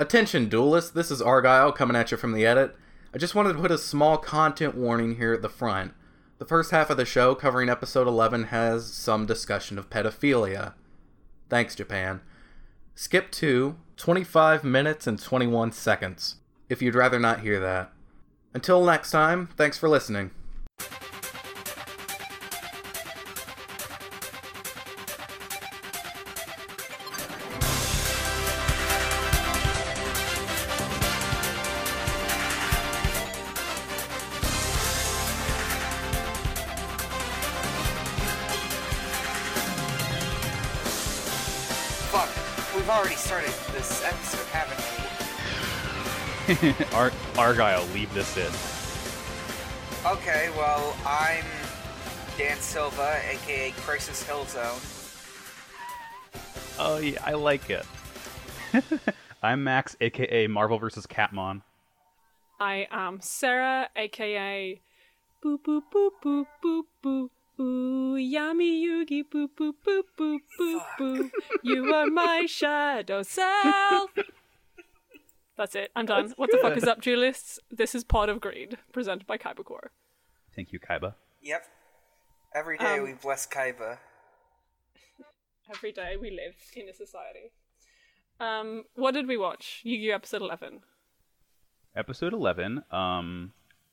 Attention, duelists, this is Argyle coming at you from the edit. I just wanted to put a small content warning here at the front. The first half of the show, covering episode 11, has some discussion of pedophilia. Thanks, Japan. Skip to 25 minutes and 21 seconds, if you'd rather not hear that. Until next time, thanks for listening. Fuck, we've already started this episode, haven't we? Ar- Argyle, leave this in. Okay, well, I'm Dan Silva, aka Crisis Hill Zone. Oh, yeah, I like it. I'm Max, aka Marvel vs. Catmon. I am Sarah, aka Boo Boo Boo Boo Boo Boo. Ooh, yummy Yugi, boo boo boo boo boo boo. You are my shadow self. That's it. I'm done. what the fuck is up, duelists? This is Pod of Greed, presented by Kaibacore. Thank you, Kaiba. Yep. Every day Um, we bless Kaiba. Every day we live in a society. Um, what did we watch? Yu Yu episode eleven. Episode 11, um,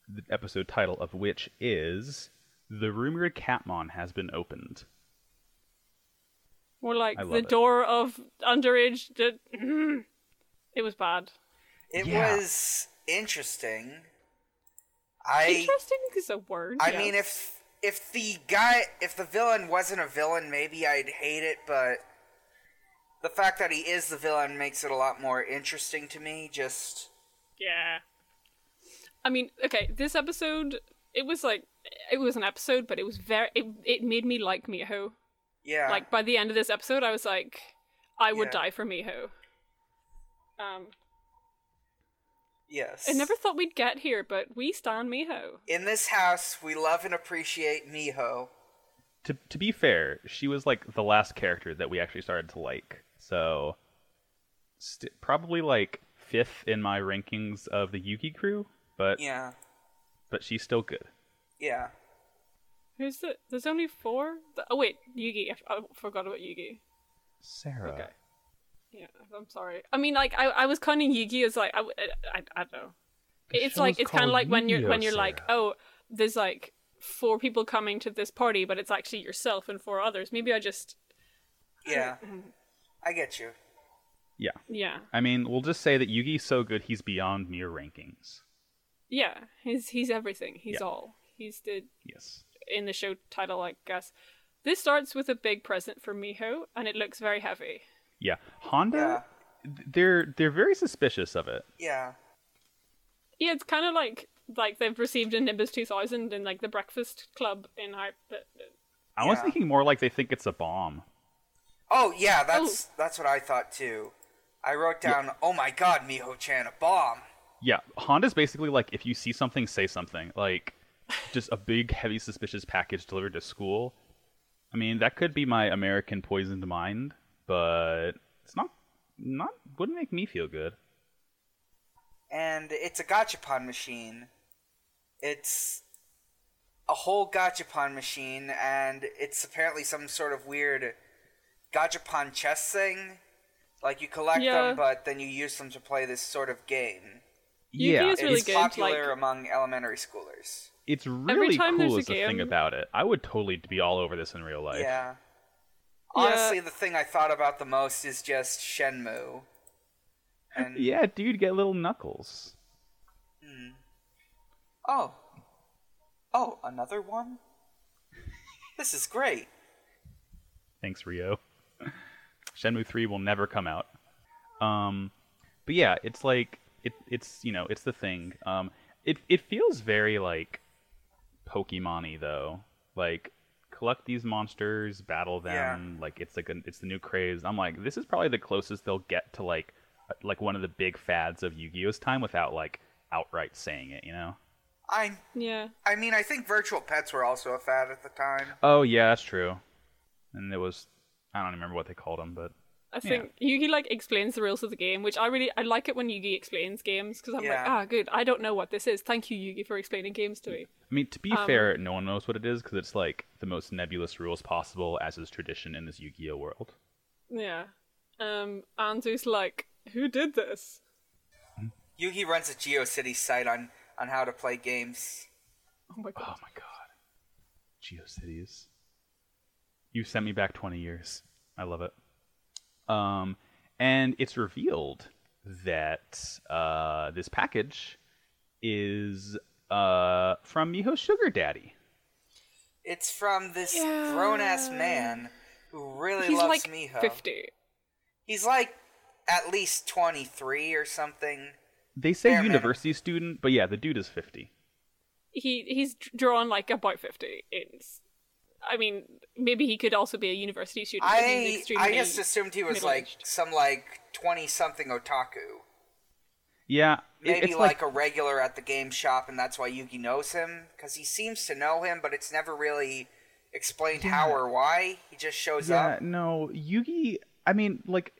the episode title of which is The Rumored Catmon Has Been Opened. More like I the love it. door of underage. d- it was bad. It yeah. was interesting. I Interesting is a word. I yes. mean if if the guy if the villain wasn't a villain, maybe I'd hate it, but the fact that he is the villain makes it a lot more interesting to me, just Yeah. I mean, okay, this episode it was like it was an episode, but it was very it, it made me like Miho. yeah. Like by the end of this episode, I was like, I would Yeah. die for Miho. Um, yes. I never thought we'd get here, but we stand Miho. In this house, we love and appreciate Miho. To, to be fair, she was like the last character that we actually started to like. So, st- probably like fifth in my rankings of the Yuki crew, but, Yeah, but she's still good. yeah. Who's the? There's only four. The- oh wait, Yugi. I, f- I forgot about Yugi. Sarah. Okay. Yeah, I'm sorry. I mean, like I, I was counting Yugi as like I, w- I, I- I don't know. The It's show like is it's kind of called like when you're Yu-Gi-Oh, when you're like, Sarah. oh, there's like four people coming to this party, but it's actually yourself and four others. Maybe I just Yeah. I get you. Yeah. yeah I mean, we'll just say that Yugi's so good he's beyond mere rankings. yeah. He's he's everything. He's Yeah. all. He's the Yes. in the show title, I guess. This starts with a big present for Miho, and it looks very heavy. Yeah. Honda th- they're they're very suspicious of it. Yeah. Yeah, it's kind of like like they've received a Nimbus 2000 in like the Breakfast Club in Hype. I was Yeah. thinking more like they think it's a bomb. Oh yeah, that's that's what I thought too. I wrote down, "Oh my God, Miho Chan, a bomb." Yeah, Honda's basically like if you see something say something. Like just a big heavy suspicious package delivered to school. I mean, that could be my American poisoned mind, but it's not not wouldn't make me feel good. And it's a gachapon machine. It's a whole gachapon machine, and it's apparently some sort of weird gachapon chess thing. Like you collect Yeah. them, but then you use them to play this sort of game. Yugi yeah, is It's really it's good, popular like- among elementary schoolers. it's really time there's cool a is the thing game- about it. I would totally be all over this in real life. Yeah. Yeah. Honestly, the thing I thought about the most is just Shenmue. And Yeah, dude, get little knuckles. oh, oh, another one. This is great. Thanks, Rio. Shenmue 3 will never come out. Um, but yeah, it's like it, it's you know it's the thing. Um, it it feels very like Pokemon-y though. Like collect these monsters, battle them. Like it's like a, it's the new craze. I'm like this is probably the closest they'll get to like like one of the big fads of Yu-Gi-Oh's time without like outright saying it. You know. I, Yeah. I mean, I think virtual pets were also a fad at the time. Oh yeah, that's true. And it was I don't remember what they called them, but I think Yugi like explains the rules of the game, which I really I like it when Yugi explains games because I'm like, Yeah. ah, good. I don't know what this is. Thank you, Yugi, for explaining games to me. I mean, to be Um, fair, no one knows what it is because it's like the most nebulous rules possible, as is tradition in this Yu-Gi-Oh world. Yeah. Um, Andrew's like, who did this? Yugi runs a GeoCities site on on how to play games. Oh my god. Oh my god, GeoCities. You sent me back 20 years. I love it. Um, and it's revealed that uh, this package is uh, from Miho's sugar daddy. It's from this Yeah. grown ass man who really He's loves like Miho. fifty. He's like at least twenty three or something. They say Fair minimum. university student, but yeah, the dude is 50. He he's d- drawn like about fifty. It's, I mean, maybe he could also be a university student. but he's I I extremely- just assumed he was like middle-aged. some like twenty something otaku. Yeah, it- Maybe it's like, a regular at the game shop, and that's why Yugi knows him because he seems to know him, but it's never really explained how or why. He just shows Yeah, up. no, Yugi. I mean, like,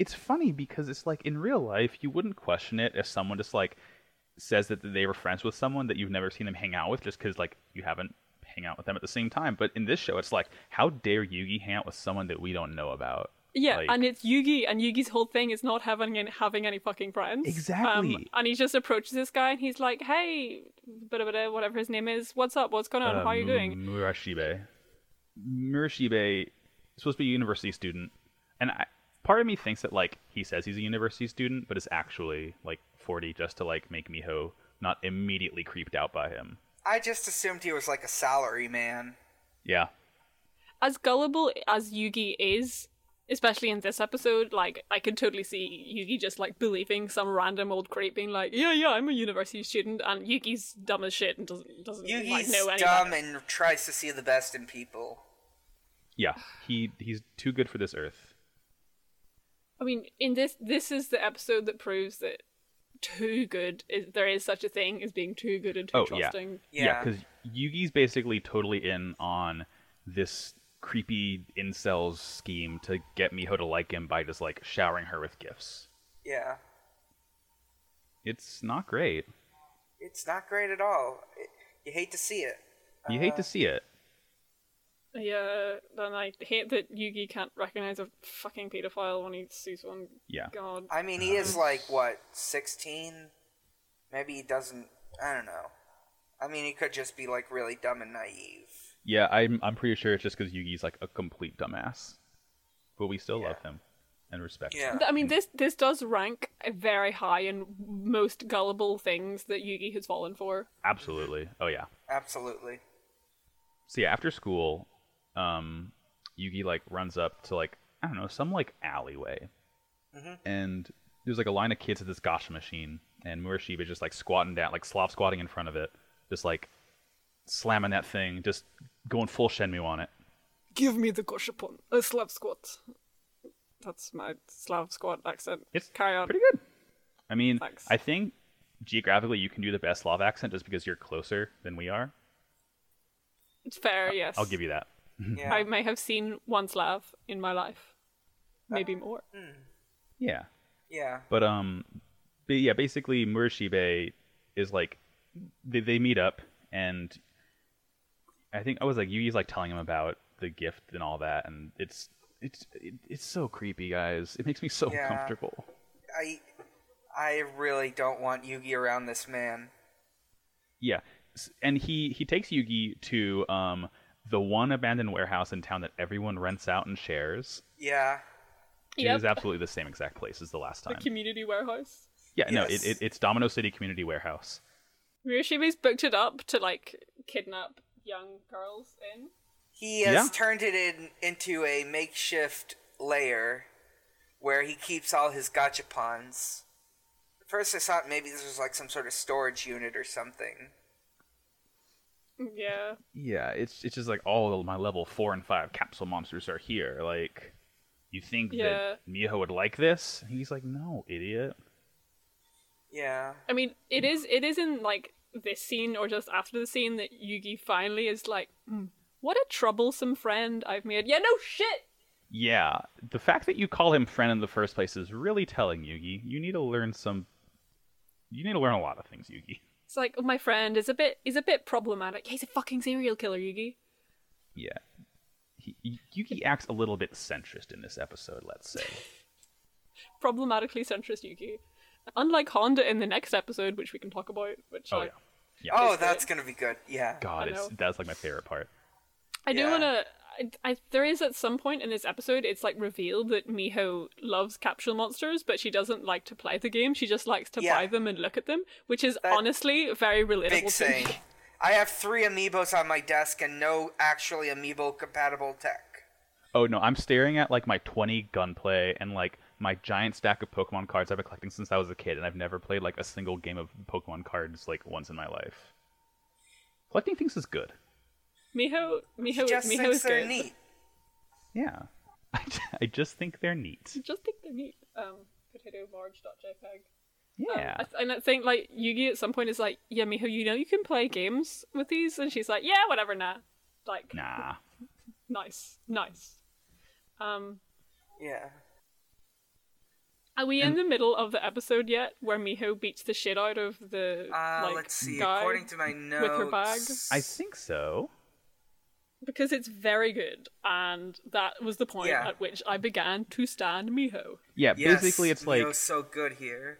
it's funny because it's like in real life, you wouldn't question it if someone just like says that they were friends with someone that you've never seen them hang out with, just because like you haven't hang out with them at the same time. But in this show, it's like, how dare Yugi hang out with someone that we don't know about? Yeah, Like- and it's Yugi, and Yugi's whole thing is not having any, having any fucking friends. Um, Exactly. and he just approaches this guy, and he's like, "Hey, blah, blah, blah, whatever his name is, what's up? What's going on? Uh, How are you Mu- doing?" Murashibe. Murashibe is supposed to be a university student, and I, part of me thinks that like he says he's a university student, but is actually like forty, just to like make Miho not immediately creeped out by him. I just assumed he was like a salary man. Yeah, As gullible as Yugi is, especially in this episode, like I can totally see Yugi just like believing some random old creep being like, "Yeah, yeah, I'm a university student," and Yugi's dumb as shit and doesn't doesn't like Yugi's know anything. dumb and tries to see the best in people. yeah. He he's too good for this earth. I mean, in this, this is the episode that proves that too good is there is such a thing as being too good and too Oh, yeah. trusting. Yeah. because Yugi's basically totally in on this creepy incels scheme to get Miho to like him by just like showering her with gifts. Yeah. It's not great. It's not great at all. It, you hate to see it. You hate to see it. Yeah, and I hate that Yugi can't recognize a fucking pedophile when he sees one. Yeah. God. I mean, he is like, what, 16? Maybe he doesn't. I don't know. I mean, he could just be like really dumb and naive. Yeah, I'm I'm pretty sure it's just because Yugi's like a complete dumbass, but we still love Yeah. him and respect Yeah. him. I mean, this this does rank very high in most gullible things that Yugi has fallen for. Absolutely. Oh yeah. Absolutely. So yeah, after school, um, Yugi like runs up to like I don't know some like alleyway, Mm-hmm. and there's like a line of kids at this gacha machine, and Murashiba just like squatting down, like slop squatting in front of it, just like slamming that thing, just going full Shenmue on it. Give me the Goshapon, a Slav squat. That's my Slav squat accent. It's Carry on. pretty good. I mean, Thanks. I think geographically you can do the best Slav accent just because you're closer than we are. It's fair, yes. I'll give you that. Yeah. I may have seen one Slav in my life, maybe more. Yeah. yeah. But um but yeah, basically Murashibe is like they, they meet up and I think I was like Yugi's like telling him about the gift and all that and it's it's it, it's so creepy, guys. It makes me so Yeah. uncomfortable. I, I really don't want Yugi around this man. Yeah. S- And he he takes Yugi to um the one abandoned warehouse in town that everyone rents out and shares. Yeah. It Yep. is absolutely the same exact place as the last The time. community warehouse. yeah, no, Yes. it, it, it's Domino City Community Warehouse. Murashibe's booked it up to like kidnap young girls in. He has Yeah. turned it in into a makeshift lair where he keeps all his gachapons. At first, I thought maybe this was like some sort of storage unit or something. Yeah. Yeah, it's it's just like all my level four and five capsule monsters are here. Like, you think Yeah. that Miho would like this? And he's like, no, idiot. Yeah. I mean, it is it is in like this scene or just after the scene that Yugi finally is like, "Hmm, what a troublesome friend I've made. Yeah, no shit. Yeah, the fact that you call him friend in the first place is really telling, Yugi. You need to learn some. You need to learn a lot of things, Yugi. It's like oh, my friend is a bit is a bit problematic. He's a fucking serial killer, Yugi. Yeah, he, Yugi acts a little bit centrist in this episode. Let's say. Problematically centrist Yugi. Unlike Honda in the next episode, which we can talk about, which Oh I, yeah, yeah. Oh, that's gonna be good. Yeah. God, I it's, know. that's like my favorite part. I do Yeah. want to. I, I, there is at some point in this episode, it's like revealed that Miho loves capsule monsters, but she doesn't like to play the game. She just likes to Yeah. buy them and look at them, which is That- honestly very relatable. Big to me. thing. I have three amiibos on my desk and no actually amiibo compatible tech. Oh no, I'm staring at like my 20 gunplay and like my giant stack of Pokemon cards I've been collecting since I was a kid, and I've never played like a single game of Pokemon cards like once in my life. Collecting things is good. Miho, She Miho, just Miho thinks is they're good. neat. Yeah, I, j- I just think they're neat. Just think they're neat. Um, potato marge.jpg. Yeah, Oh, Um, I th- and I think like Yugi at some point is like, "Yeah, Miho, you know you can play games with these," and she's like, "Yeah, whatever, nah." Like, nah. nice, nice. Um, Yeah. are we in the middle of the episode yet, where Miho beats the shit out of the Uh, like let's see. guy? According to my notes, her bag? I think so. because it's very good, and that was the point Yeah. at which I began to stand Miho. Yeah, Yes, basically it's like Mio's so good here.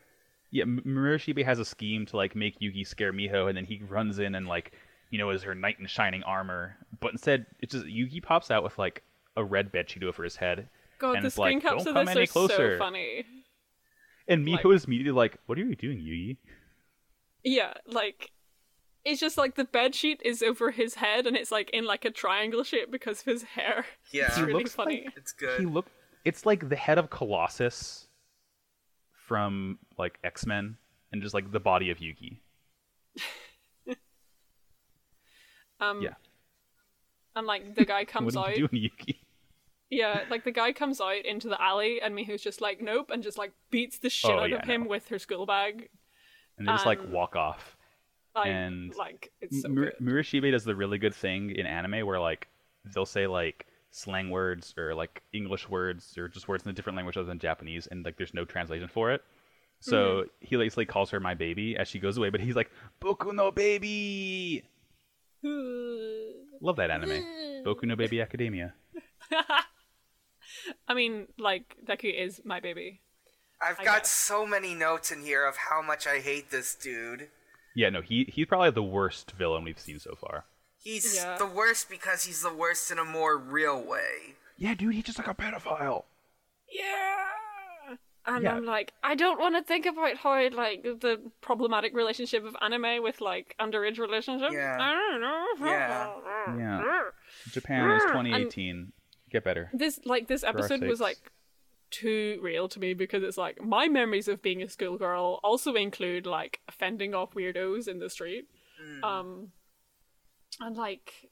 yeah, M- Murashibe has a scheme to like make Yugi scare Miho, and then he runs in and like you know is her knight in shining armor, but instead it's just Yugi pops out with like a red bedsheet over his head. God, And the it's like, screen caps "Don't of come this any are closer." so funny. And Miho Like- is immediately like, "What are you doing, Yugi?" Yeah, like it's just like the bed sheet is over his head and it's like in like a triangle shape because of his hair. Yeah. It's really looks funny. like- It's good. He look. It's like the head of Colossus from like X Men, and just like the body of Yugi. Um Yeah. and like the guy comes what out. are you doing, Yugi? Yeah, like the guy comes out into the alley and Miho's just like nope and just like beats the shit Oh, out yeah, of I know. him with her school bag. And they just like Um, walk off. Like And like it's so Mur- good. Murashibe does the really good thing in anime where like they'll say like slang words or like English words or just words in a different language other than Japanese, and like there's no translation for it. So Mm-hmm. he basically calls her my baby as she goes away, but he's like Boku no baby. Love that anime, Mm-hmm. Boku no Baby Academia. I mean, like Deku is my baby. I've I got guess. so many notes in here of how much I hate this dude. Yeah, no, he he's probably the worst villain we've seen so far. He's Yeah. the worst because he's the worst in a more real way. Yeah, dude, he's just like a pedophile. Yeah. And Yeah. I'm like, I don't want to think about how like the problematic relationship of anime with like underage relationships. Yeah. I don't know. Yeah. Yeah. Japan is And- 2018. Get better. This like this our episode was sakes. like too real to me because it's like my memories of being a schoolgirl also include like fending off weirdos in the street. Um and like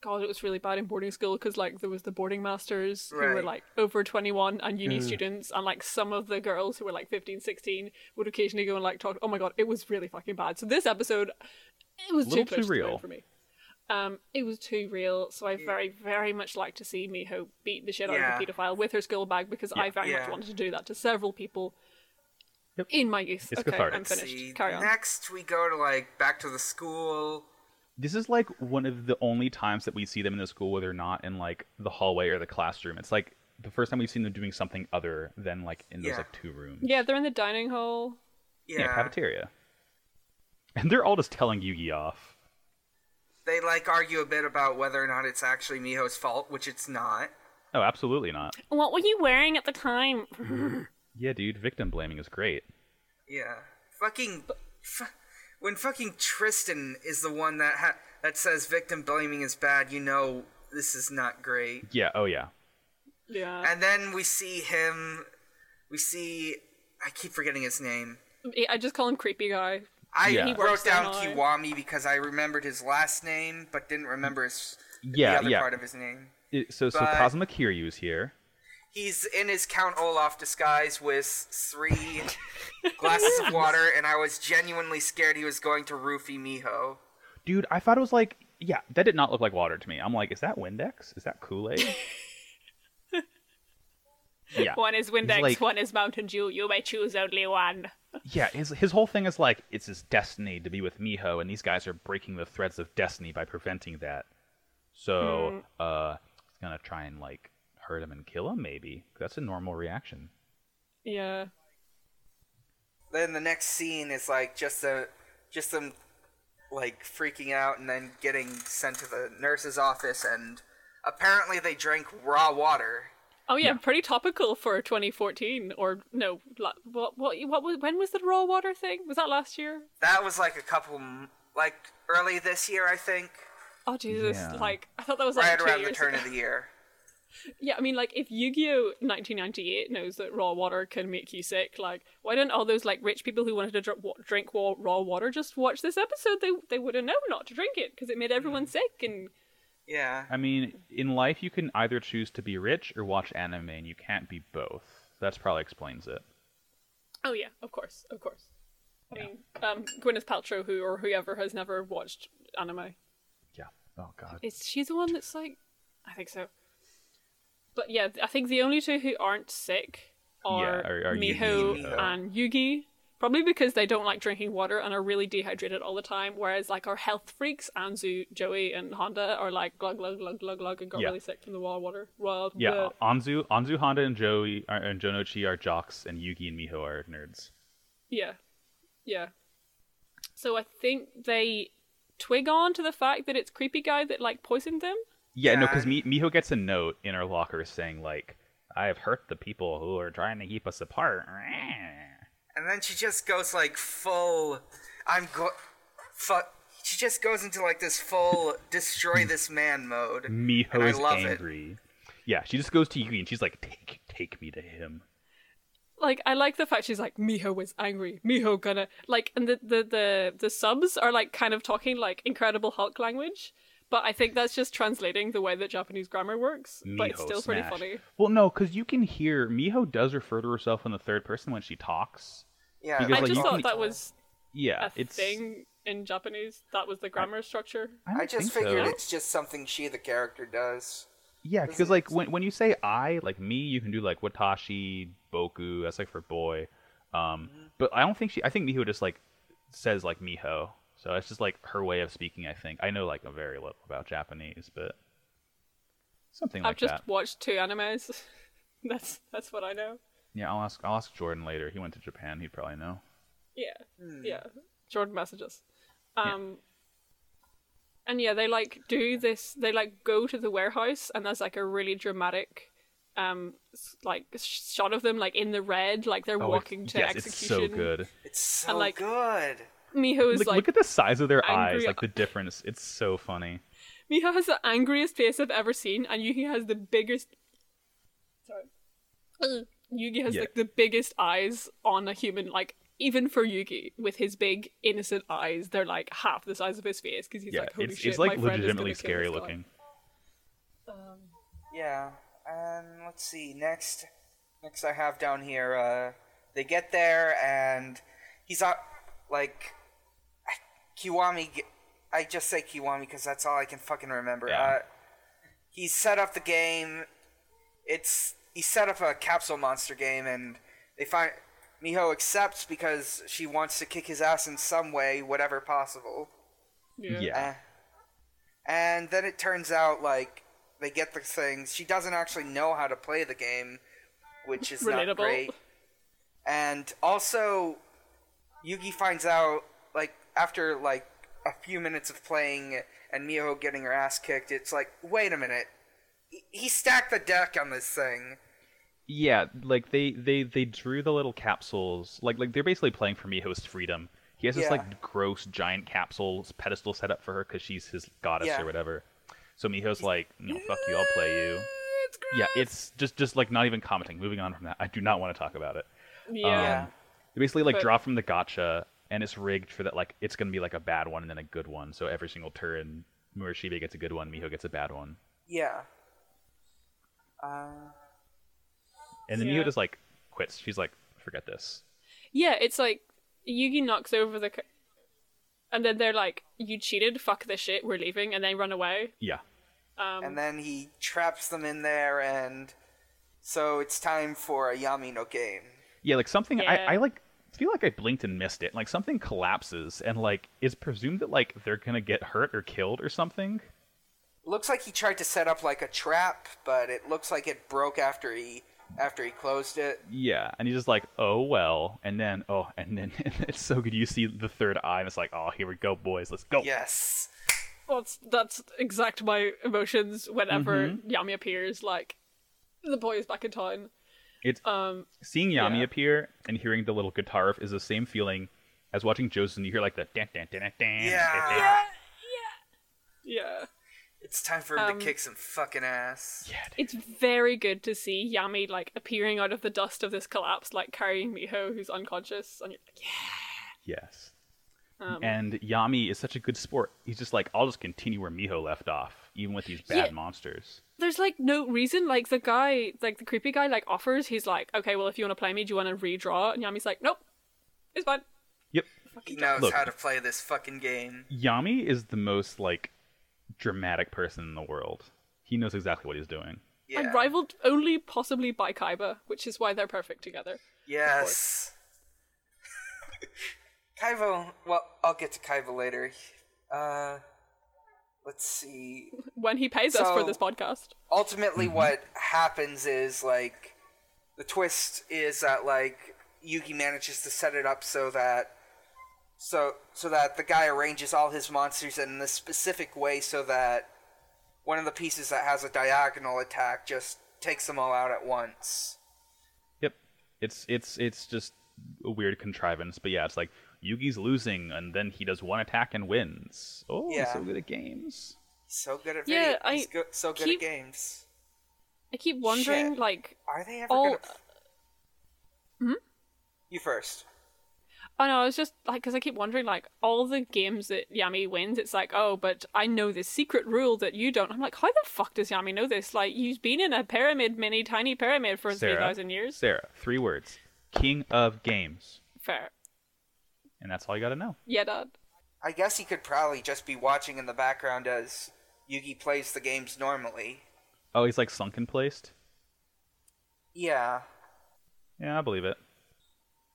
God, it was really bad in boarding school because like there was the boarding masters who were Right. like over 21 and Mm. uni students and like some of the girls who were like 15, 16 would occasionally go and like talk. Oh my God, it was really fucking bad. So this episode, it was Little too, too close to the real. bone for me. Um, it was too real, so I very, very much like to see Miho beat the shit Mm. Yeah. out of a pedophile with her school bag because I very much Yeah. wanted to do that to several people Yep. in my youth. It's okay, cathartic. I'm Let's finished. see. Carry on. Next, we go to like back to the school. This is like one of the only times that we see them in the school where they're not in like the hallway or the classroom. It's like the first time we've seen them doing something other than like in those Yeah. like two rooms. Yeah, they're in the dining hall. Yeah, cafeteria. And they're all just telling Yugi off. they like argue a bit about whether or not it's actually Miho's fault, which it's not. Oh, absolutely not. What were you wearing at the time? Yeah, dude, victim blaming is great. Yeah, fucking f- when fucking Tristan is the one that ha- that says victim blaming is bad. You know this is not great. Yeah, oh yeah. yeah, And then we see him. We see. I keep forgetting his name. I just call him creepy guy. I Yeah. He wrote works down online. Kiwami because I remembered his last name, but didn't remember his Yeah, the other yeah. part of his name. It- so so But- Kazuma Kiryu is here. He's in his Count Olaf disguise with three glasses of water, and I was genuinely scared he was going to roofie Miho. Dude, I thought it was like yeah, that did not look like water to me. I'm like, is that Windex? Is that Kool-Aid? Yeah. One is Windex, like- one is Mountain Dew. You may choose only one. Yeah, his his whole thing is like it's his destiny to be with Miho, and these guys are breaking the threads of destiny by preventing that. So uh, he's gonna try and like hurt him and kill him. Maybe that's a normal reaction. Yeah. Then the next scene is like just a just them like freaking out and then getting sent to the nurse's office and apparently they drank raw water. Oh yeah, Yeah. pretty topical for 2014 or no, la- what what what was when was the raw water thing? Was that last year? That was like a couple m- like early this year I think, Oh Jesus, Yeah. like I thought that was like right two around the years turn ago. of the year. Yeah, I mean, like if Yu-Gi-Oh 1998 knows that raw water can make you sick, like why didn't all those like rich people who wanted to dr- wa- drink wa- raw water just watch this episode? They they would have known not to drink it because it made everyone sick. And Yeah. I mean, in life you can either choose to be rich or watch anime, and you can't be both. That's probably explains it. oh yeah, of course, of course. I mean, um, Gwyneth Paltrow, who or whoever has never watched anime, Yeah. Oh God. is she the one that's like? I think so. But yeah, I think the only two who aren't sick are, Yeah, are- are Yugi Miho and Miho. and Yugi. Probably because they don't like drinking water and are really dehydrated all the time. Whereas like our health freaks, Anzu, Joey, and Honda are like glug glug glug glug glug and got Yeah. really sick from the raw water. Well, Yeah. the- Anzu, Anzu, Honda, and Joey are, and Jonochi are jocks, and Yugi and Miho are nerds. Yeah. Yeah. So I think they twig on to the fact that it's creepy guy that like poisoned them. Yeah, no, because Yeah. Mi- Miho gets a note in her locker saying like, "I have hurt the people who are trying to keep us apart." And then she just goes like full. I'm go. Fuck. She just goes into like this full Hmm. destroy this man mode. and Miho I is love it. angry. Yeah, she just goes to Yugi and she's like, "Take, take me to him." like I like the fact she's like Miho was angry. Miho gonna like, and the the the, the subs are like kind of talking like Incredible Hulk language, but I think that's just translating the way that Japanese grammar works. Miho but it's still pretty smash. funny. Well, no, because you can hear Miho does refer to herself in the third person when she talks. Yeah. Because, I like, just you thought can- that was Yeah, a it's. thing in Japanese. That was the grammar structure. don't I just think figured so. it's just something she, the character, does. Yeah, Doesn't because it- like when when you say I, like me, you can do like watashi, boku. That's like for boy. Mm-hmm. Um, but I don't think she. I think Miho just like says like miho. So it's just like her way of speaking. I think I know like very little about Japanese, but something like I've just that. watched two animes. that's that's what I know. Yeah, I'll ask. I'll ask Jordan later. He went to Japan. He'd probably know. Yeah. Yeah. Jordan messages. Um and yeah, they like do this they like go to the warehouse and there's like a really dramatic um s- like sh- shot of them like in the red like they're Oh, it's- walking to yes, execution. it's so good. It's so And, like, good. Miho is Like, like, look at the size of their angry- eyes. Like the difference. It's so funny. Miho has the angriest face I've ever seen and Yugi has the biggest sorry. Ugh. Yugi has Yeah. like the biggest eyes on a human like even for Yugi, with his big innocent eyes, they're like half the size of his face because he's yeah, like, "Holy it's shit!" it's like my friend is legitimately gonna kill Um, this scary guy. looking. Yeah. And let's see. Next, next I have down here. Uh, they get there and he's up. Like Kiwami. g- I just say Kiwami because that's all I can fucking remember. Yeah. Uh, he set up the game. It's he set up a capsule monster game, and they find Miho accepts because she wants to kick his ass in some way, whatever possible. Yeah. Eh. And then it turns out like they get the things. She doesn't actually know how to play the game, which is Relatable. not great. And also, Yugi finds out like after like a few minutes of playing and Miho getting her ass kicked. It's like, wait a minute, he, he stacked the deck on this thing. Yeah, like they they they drew the little capsules. Like like they're basically playing for Miho's freedom. He has this Yeah. like gross giant capsule pedestal set up for her because she's his goddess Yeah. or whatever. So Miho's like, no, fuck you, I'll play you. Yeah, it's just just like not even commenting. Moving on from that, I do not want to talk about it. Yeah. Um, they basically like But- draw from the gotcha, and it's rigged for that. Like it's gonna be like a bad one and then a good one. So every single turn, Murashibe gets a good one, Miho gets a bad one, Yeah. Uh, and then Yeah. Miho just like quits. She's like, forget this. yeah, it's like Yugi knocks over the. c and then they're like, you cheated, fuck this shit, we're leaving, and they run away. Yeah. Um, and then he traps them in there and So it's time for a Yami no game. Yeah, like something Yeah. I, I like feel like I blinked and missed it. Like something collapses and like is presumed that like they're gonna get hurt or killed or something. Looks like he tried to set up like a trap, but it looks like it broke after he after he closed it. Yeah, and he's just like, oh well, and then oh, and then it's so good. You see the third eye, and it's like, oh, here we go, boys, let's go. Yes. Well, it's, that's exact my emotions whenever Mm-hmm. Yami appears. Like, the boy is back in town. It's Um, seeing Yami yeah. appear and hearing the little guitar riff is the same feeling as watching Josen. You hear like the dan dan dan dan, dan. Yeah. dan, dan. Yeah. yeah. It's time for him Um, to kick some fucking ass. Yeah, dude. It's very good to see Yami, like, appearing out of the dust of this collapse, like, carrying Miho, who's unconscious. And you're like, Yes. yeah. Um, And Yami is such a good sport. He's just like, I'll just continue where Miho left off, even with these bad Yeah. monsters. there's like no reason. Like the guy, like the creepy guy, like offers. He's like, okay, well, if you want to play me, do you want to redraw? And Yami's like, nope, it's fine. Yep. He knows Look. how to play this fucking game. Yami is the most like dramatic person in the world. He knows exactly what he's doing. Yeah. And rivaled only possibly by Kaiba, which is why they're perfect together. Yes. Kaivo. Well, I'll get to Kaivo later. Uh, let's see. When he pays us for So- this podcast, Ultimately, what happens is like the twist is that like Yugi manages to set it up so that so so that the guy arranges all his monsters in this specific way so that one of the pieces that has a diagonal attack just takes them all out at once. Yep. It's it's it's just a weird contrivance, but yeah, it's like Yugi's losing and then he does one attack and wins. Oh, he's Yeah. so good at games. So good at Yeah, video. I he's go- so good keep- at games. I keep wondering, Shit. like, Are they ever all. Mm-hmm. gonna? You first. Oh no, I was just like, because I keep wondering, like, all the games that Yami wins, it's like, oh, but I know this secret rule that you don't. I'm like, how the fuck does Yami know this? Like, you've been in a pyramid, mini tiny pyramid for three Sarah, thousand years. Sarah, three words. King of games. Fair, And that's all you got to know. yeah, Dad. I guess he could probably just be watching in the background as Yugi plays the games normally. Oh, he's like sunken placed. Yeah, Yeah, I believe it.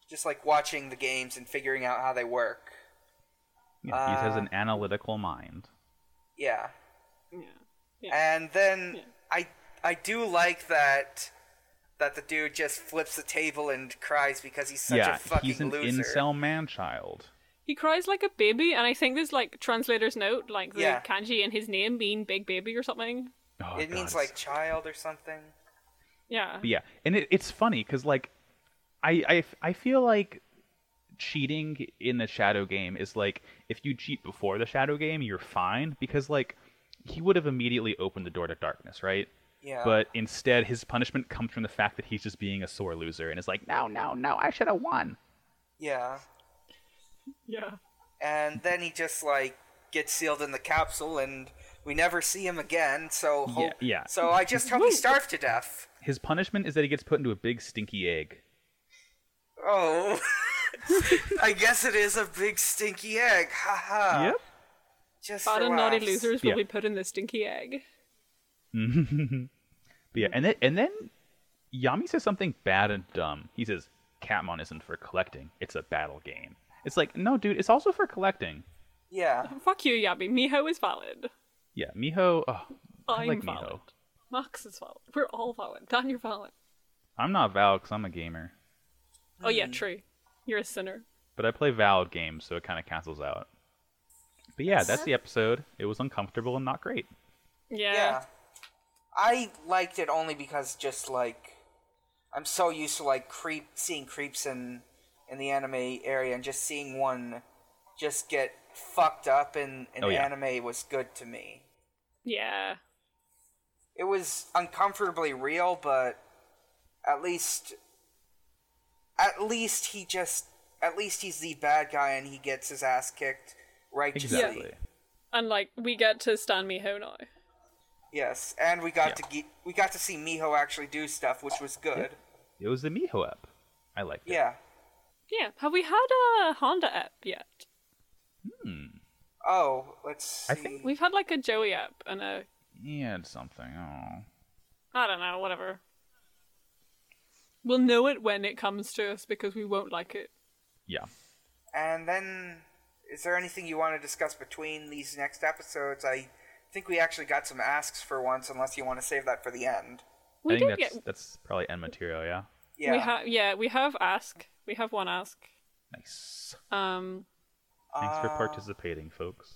just like watching the games and figuring out how they work. Yeah, he has Uh, an analytical mind. Yeah, Yeah. and then Yeah. I I do like that that the dude just flips the table and cries because he's such yeah, a fucking he's an loser. incel man child. He cries like a baby, and I think there's like translator's note, like the Yeah. kanji in his name mean big baby or something. Oh, it God, means it's- like child or something. Yeah. But yeah, and it, it's funny because like, I, I I feel like cheating in the shadow game is like if you cheat before the shadow game, you're fine because like he would have immediately opened the door to darkness, right? Yeah, But instead, his punishment comes from the fact that he's just being a sore loser and is like, no, no, no, I should have won. yeah. Yeah. and then he just like gets sealed in the capsule and we never see him again so hope yeah. so i just hope he starved to death His punishment is that he gets put into a big stinky egg. oh i guess it is a big stinky egg haha just Bad for and naughty laughs. losers Yeah. will be put in the stinky egg. But yeah, and then and then Yami says something bad and dumb. He says, "Catmon isn't for collecting; it's a battle game." It's like, no, dude, it's also for collecting. yeah Fuck you, Yabi. Miho is valid. Yeah, Miho. Oh, I I'm like valid. Miho. Max is valid. We're all valid. Dan, you're valid. I'm not Val because I'm a gamer, Oh Mm. yeah, true. You're a sinner. but I play Valid games, so it kind of cancels out. But yeah, that's the episode. It was uncomfortable and not great. Yeah. yeah i liked it only because just like i'm so used to like creep seeing creeps in in the anime area and just seeing one just get fucked up in in Oh, yeah. anime was good to me Yeah. it was uncomfortably real, but at least at least he just at least he's the bad guy and he gets his ass kicked righteously. Exactly. And like we get to stand Miho now. Yes, and we got Yeah. to ge- we got to see Miho actually do stuff, which was good. It was the Miho app. I liked it. Yeah. Yeah. Have we had a Honda app yet? Hmm, Oh, let's see. I think We've had like a Joey app and a Yeah, it's something. Oh. I don't know, whatever. We'll know it when it comes to us because we won't like it. Yeah. And then, is there anything you want to discuss between these next episodes? I think we actually got some asks for once, unless you want to save that for the end. We I think did that's get. that's probably end material. Yeah. Yeah. We have yeah. We have ask. We have one ask. Nice. Um. Thanks for Uh, participating, folks.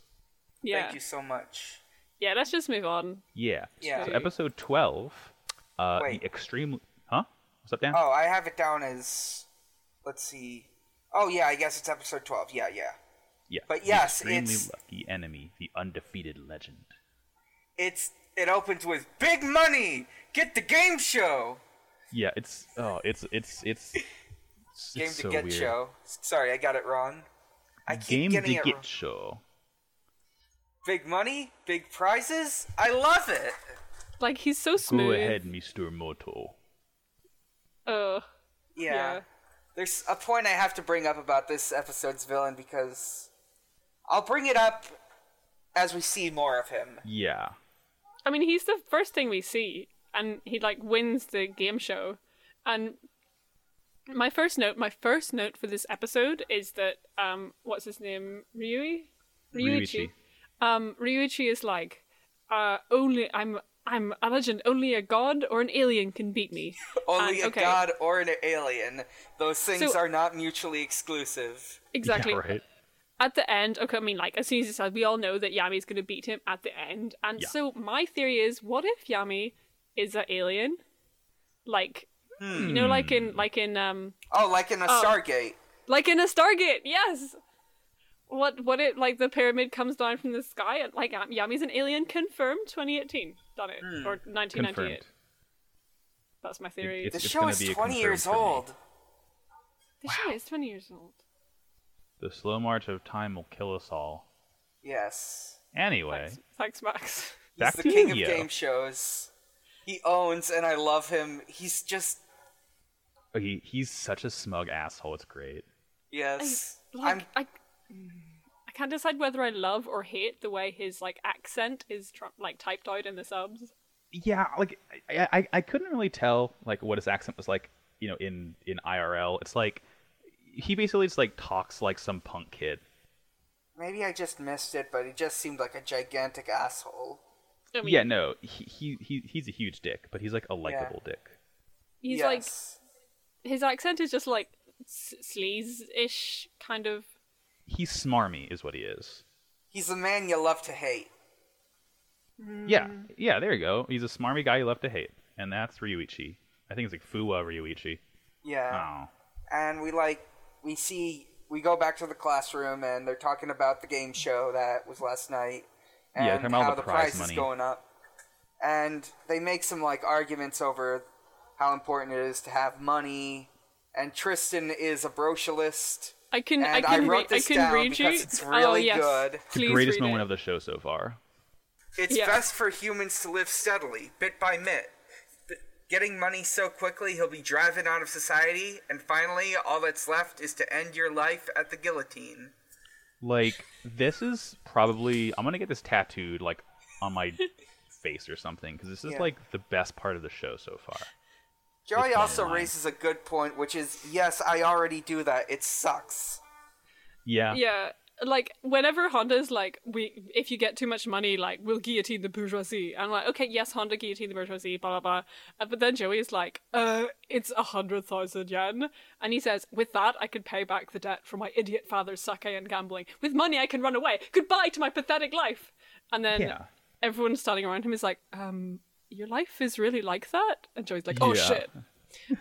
Yeah. Thank you so much. Yeah. Let's just move on. Yeah. Yeah. So episode twelve. Uh, Wait. the extreme. Huh? What's up, Dan? Oh, I have it down as. Let's see. Oh, yeah, I guess it's episode 12. Yeah, yeah. yeah. but the yes, extremely it's- lucky enemy, the undefeated legend. It's. It opens with big money! Get the game show! Yeah. It's oh, it's it's it's. it's Game to so get weird. show. Sorry, I got it wrong. I keep Game to getting it get wrong. show. Big money, big prizes. I love it. Like he's so smooth. Go ahead, Mister Moto. Ugh. Yeah. Yeah. There's a point I have to bring up about this episode's villain because I'll bring it up as we see more of him. Yeah. I mean, he's the first thing we see, and he like wins the game show. And my first note, my first note for this episode is that um, what's his name, Ryui, Ryuichi. Um, Ryuichi is like, uh, only I'm I'm a legend. Only a god or an alien can beat me. Only And- a Uh, okay. god or an alien. Those things So- are not mutually exclusive. Exactly. Yeah, right. at the end, okay, I mean, like, as soon as he said, we all know that Yami's going to beat him at the end. And Yeah. so my theory is, what if Yami is an alien? Like, you know, like Hmm. in, like in, um, Oh, like in a Stargate. like in a Stargate, yes! What, what if, like, the pyramid comes down from the sky and, like, um, Yami's an alien confirmed 2018. Done it. Or Hmm. 1998. Confirmed. That's my theory. The It's show gonna is be a 20 confirm years for me. old. the show is 20 years old. The slow march of time will kill us all. Yes. Anyway, Thanks, thanks, Max. He's back the to king Yu-Gi-Oh. of game shows. He owns, and I love him. He's just Oh, he, he's such a smug asshole. It's great. yes. I'm like I, I can't decide whether I love or hate the way his like accent is tr- like typed out in the subs. Yeah, like I, I, I couldn't really tell like what his accent was like. You know, in in IRL, it's like he basically just like talks like some punk kid. Maybe I just missed it, but he just seemed like a gigantic asshole. I mean, yeah, no, he, he he he's a huge dick, but he's like a likable dick. he's like yes. his accent is just like s- sleaze-ish kind of. He's smarmy, is what he is. he's a man you love to hate. Mm. Yeah, yeah, there you go. He's a smarmy guy you love to hate, and that's Ryuichi. I think it's like Fuwa Ryuichi. Yeah. Oh, And we like we see we go back to the classroom and they're talking about the game show that was last night and Yeah, talking about all how the the prize price money. is going up. And they make some like arguments over how important it is to have money. And Tristan is a brocialist. I can I And can I re- wrote this I can down read you. because it's oh, really yes. good. the Please greatest read moment it. of the show so far. It's Yeah. best for humans to live steadily, bit by bit. B- Getting money so quickly, he'll be driven out of society, and finally, all that's left is to end your life at the guillotine. Like this is probably I'm gonna get this tattooed like on my face or something because this is Yeah. like the best part of the show so far. Joey Good also line. raises a good point, which is yes, I already do that. It sucks. Yeah, Yeah, like whenever Honda's like, we if you get too much money, like we'll guillotine the bourgeoisie. I'm like, okay, yes, Honda guillotine the bourgeoisie, blah blah blah. Uh, But then Joey's like, uh, it's a hundred thousand yen, and he says, with that I could pay back the debt for my idiot father's sake and gambling. With money I can run away. Goodbye to my pathetic life. And then Yeah. everyone standing around him is like, um, your life is really like that. And Joey's like, oh Yeah. shit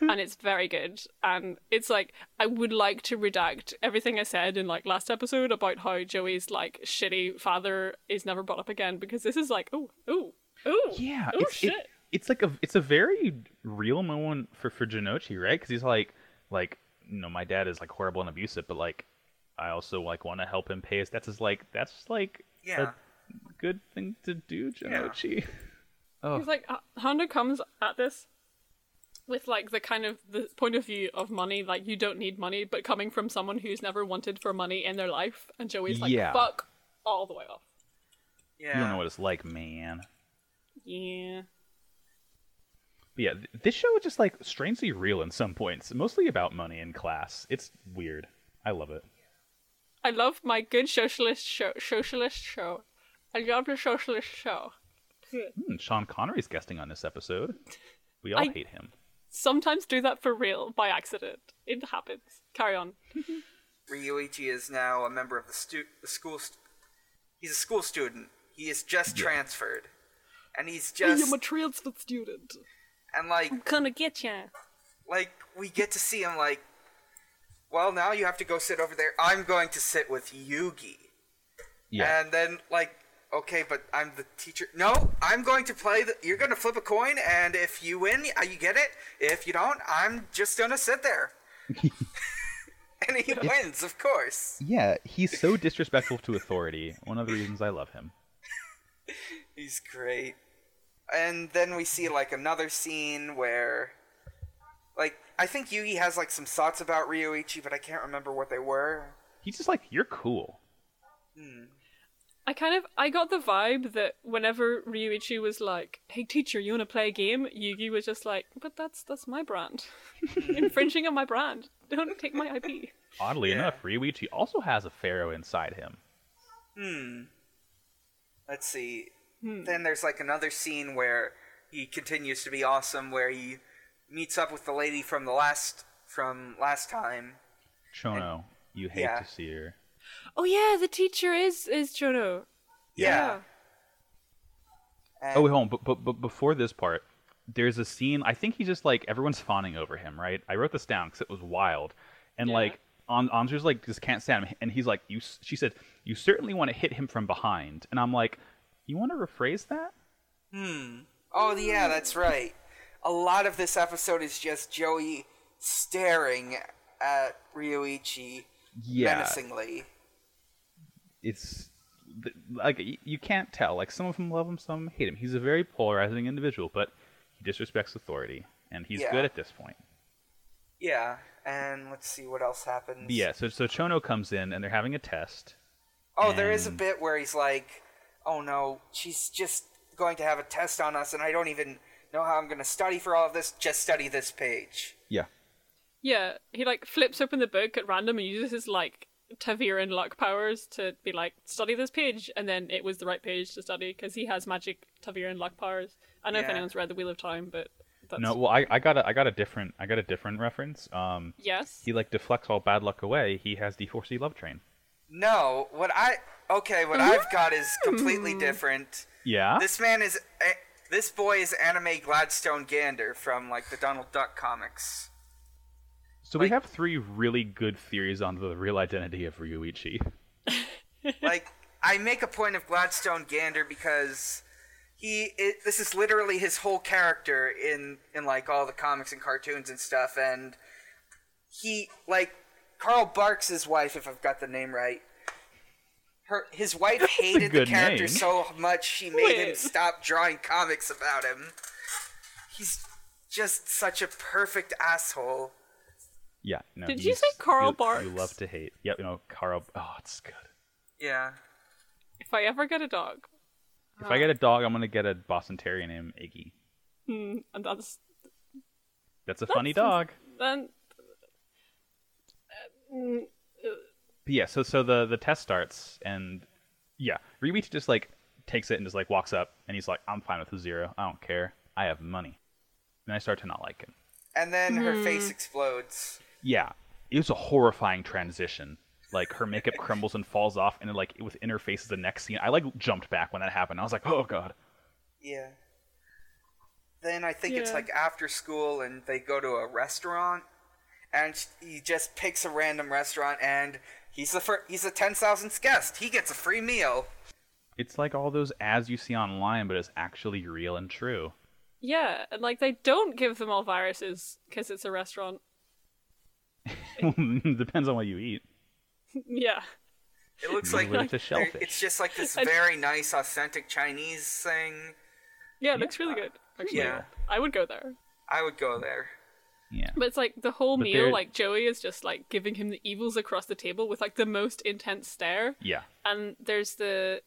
and it's very good. And it's like I would like to redact everything I said in like last episode about how Joey's like shitty father is never brought up again because this is like oh oh oh yeah. oh it's, it- shit it's like a it's a very real moment for for Janochi, right? Because he's like like you know my dad is like horrible and abusive, but like I also like want to help him pay his debts. Is like that's like Yeah. a good thing to do, Janochi. It's like uh, Honda comes at this with like the kind of the point of view of money like you don't need money but coming from someone who's never wanted for money in their life and Joey's like Yeah. fuck all the way off Yeah. You don't know what it's like, man. yeah But yeah, th- this show is just like strangely real in some points, mostly about money and class. It's weird. I love it. I love my good socialist show. Socialist show. I love the socialist show. Hmm, Sean Connery's guesting on this episode. We all I- hate him. Sometimes do that for real by accident. It happens. Carry on. Ryuichi is now a member of the, stu- the school. St- he's a school student. He is just Yeah. transferred, and he's just transfer student. and like gonna get ya. like we get to see him like. Well, now you have to go sit over there. I'm going to sit with Yugi, Yeah. and then like. Okay, but I'm the teacher. No, I'm going to play. The, you're going to flip a coin, and if you win, uh, you get it. If you don't, I'm just going to sit there. and he wins, of course. yeah, he's so disrespectful to authority. One of the reasons I love him. He's great. And then we see like another scene where like I think Yugi has like some thoughts about Ryoichi, but I can't remember what they were. He's just like, you're cool. I kind of I got the vibe that whenever Ryuichi was like, "Hey teacher, you wanna play a game?" Yugi was just like, "But that's that's my brand, infringing on my brand. Don't take my IP." Oddly Yeah. enough, Ryuichi also has a pharaoh inside him. Hmm. Let's see. Then there's like another scene where he continues to be awesome where he meets up with the lady from the last from last time. Chono, you hate Yeah. to see her. Oh yeah, the teacher is is Jono. Yeah. And- Oh, wait, hold on. But, but, but before this part, there's a scene. I think he's just like everyone's fawning over him, right? I wrote this down because it was wild. And Yeah. like, An- Anzu's like just can't stand him, and he's like, "You." s- She said, "You certainly want to hit him from behind," and I'm like, "You want to rephrase that?" Oh yeah, that's right. A lot of this episode is just Joey staring at Ryoichi menacingly. it's th- like y- you can't tell. Like some of them love him, some hate him. He's a very polarizing individual, but he disrespects authority, and he's Yeah. good at this point. Yeah, and let's see what else happens. But yeah. So so Chono comes in, and they're having a test. Oh, there is a And- bit where he's like, "Oh no, she's just going to have a test on us, and I don't even know how I'm going to study for all of this. Just study this page." Yeah. Yeah, he like flips open the book at random and uses his like Taviran luck powers to be like study this page, and then it was the right page to study because he has magic Taviran luck powers. I don't know if Yeah. anyone's read the Wheel of Time, but that's No. Well, I, I got a I got a different I got a different reference. Um, yes. he like deflects all bad luck away. He has D4C love train. No, what I okay, what I've got is completely different. Yeah. This man is a, this boy is anime Gladstone Gander from like the Donald Duck comics. so we like- have three really good theories on the real identity of Ryuichi. like I make a point of Gladstone Gander because he it, this is literally his whole character in in like all the comics and cartoons and stuff and he like Carl Barks' wife if I've got the name right. Her his wife hated the good character name. so much she made him Wait. stop drawing comics about him. He's just such a perfect asshole. Yeah. No, Did you he's- say Carl you- You Barks? love to hate. Yep. You know Carl. Oh, it's good. Yeah. If I ever get a dog, If Ah. I get a dog, I'm gonna get a Boston Terrier named Iggy. mm, and that's That's a funny That's- dog. then. Uh, mm, But yeah, so so the the test starts, and yeah, Ryuichi just like takes it and just like walks up, and he's like, "I'm fine with a zero. I don't care. I have money." And I start to not like him. And then her Hmm. face explodes. Yeah, it was a horrifying transition. Like her makeup crumbles and falls off, and then, like within her face is the next scene. I like jumped back when that happened. I was like, "Oh god." Yeah. Then I think it's Yeah. like after school and they go to a restaurant and sh- he just picks a random restaurant and he's the fir- he's a 10,000th guest. He gets a free meal. It's like all those ads you see online, but it's actually real and true. yeah, and like they don't give them all viruses because it's a restaurant. Depends on what you eat. yeah. It looks You like licked a there- shellfish. it's just like this very nice authentic Chinese thing. Yeah, it looks really good. Actually, Yeah. I would go there. I would go there. Yeah. But it's like the whole But meal, they're- like Joey is just like giving him the evils across the table with like the most intense stare. Yeah. And there's the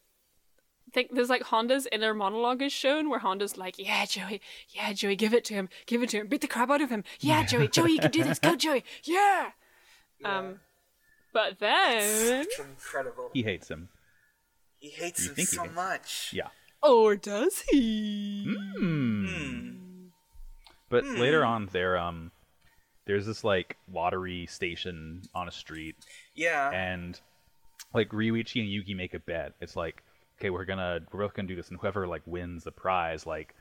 think there's like Honda's inner monologue is shown where Honda's like, "Yeah, Joey, yeah, Joey, give it to him, give it to him, beat the crap out of him, yeah, Joey, Joey, you can do this, go, Joey, yeah." Um, but then, It's incredible. He hates him. He hates You him think he so hates- much. Yeah. or does he? Hmm. But later on, there um, there's this like lottery station on a street, Yeah. and like Ryuichi and Yuki make a bet. It's like, okay, we're gonna we're both gonna do this, and whoever like wins the prize, like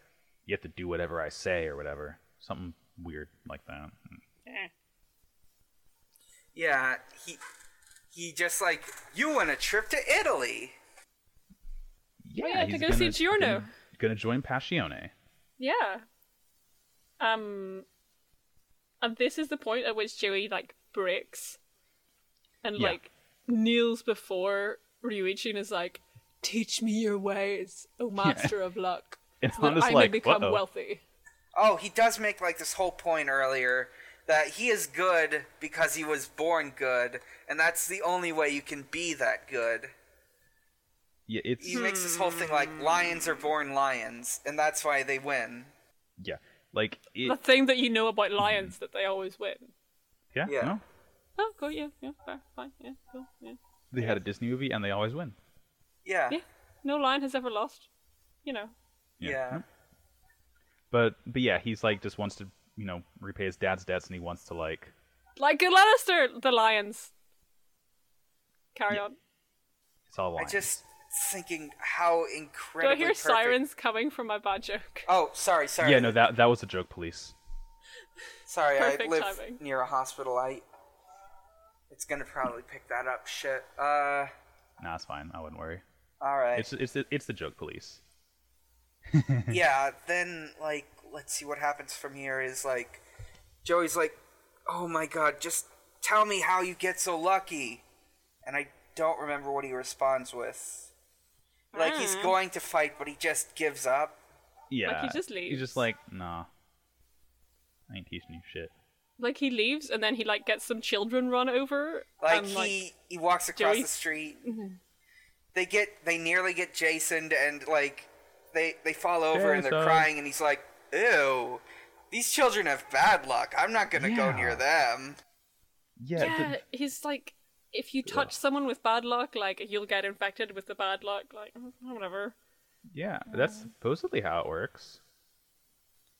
you have to do whatever I say or whatever, something weird like that. Hmm? yeah. He he just like you want a trip to Italy. Yeah, yeah, to he's go see Giorno. Gonna, gonna join Passione. Yeah. Um and this is the point at which Joey like breaks and Yeah. like kneels before Ryuichi and is like, Teach me your ways, O master of luck. And So that Honda's I like, may become "Uh-oh." wealthy. Oh, he does make like this whole point earlier that he is good because he was born good, and that's the only way you can be that good. Yeah, it's He makes this whole thing like lions are born lions, and that's why they win. yeah, like it, The thing that you know Hmm. about lions that they always win. yeah, Yeah. no, Oh, cool, yeah, yeah, fair, fine, yeah, cool, yeah. they had a Disney movie and they always win. Yeah. Yeah. No lion has ever lost. You know. Yeah. But but yeah, he's like just wants to you know repay his dad's debts and he wants to like Like Lannister, the lions. Carry on. it's all I lions. just thinking how Do I incredibly hear perfect- sirens coming from my bad joke? Oh, sorry, sorry. yeah no that that was a joke, police. Sorry, I Perfect live timing. near a hospital. I it's gonna probably pick that up. Shit. Uh, Nah, it's fine. I wouldn't worry. all right. It's it's it's the joke, police. yeah. Then like, let's see what happens from here. Is like, Joey's like, oh my god, just tell me how you get so lucky, and I don't remember what he responds with. Like he's Mm. going to fight, but he just gives up. Yeah, just He's just leaves. like nah. I ain't teaching you shit. like he leaves and then he like gets some children run over Like and he like he walks across Joey- the street. They get they nearly get Jasoned and like they they fall over and they're Jason. crying and he's like, "Ew, these children have bad luck. I'm not gonna go Yeah. near them." Yeah, yeah, th- he's like if you touch someone with bad luck like you'll get infected with the bad luck like mm, whatever yeah. That's supposedly how it works.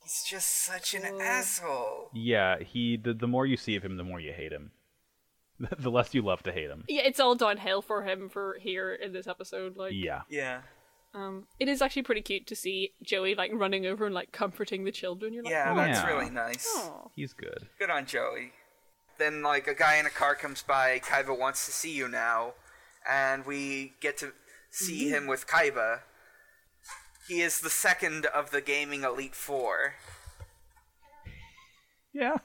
He's just such an asshole. Yeah, he the, the more you see of him, the more you hate him. the less you love to hate him. yeah it's all downhill for him for here in this episode like Yeah. Yeah, um it is actually pretty cute to see joey like running over and like comforting the children you're like yeah, Oh. that's Yeah. really nice. oh He's good. Good on Joey. Then like a guy in a car comes by. Kaiba wants to see you now, and we get to see Mm-hmm. him with Kaiba. He is the second of the gaming Elite Four. Yeah.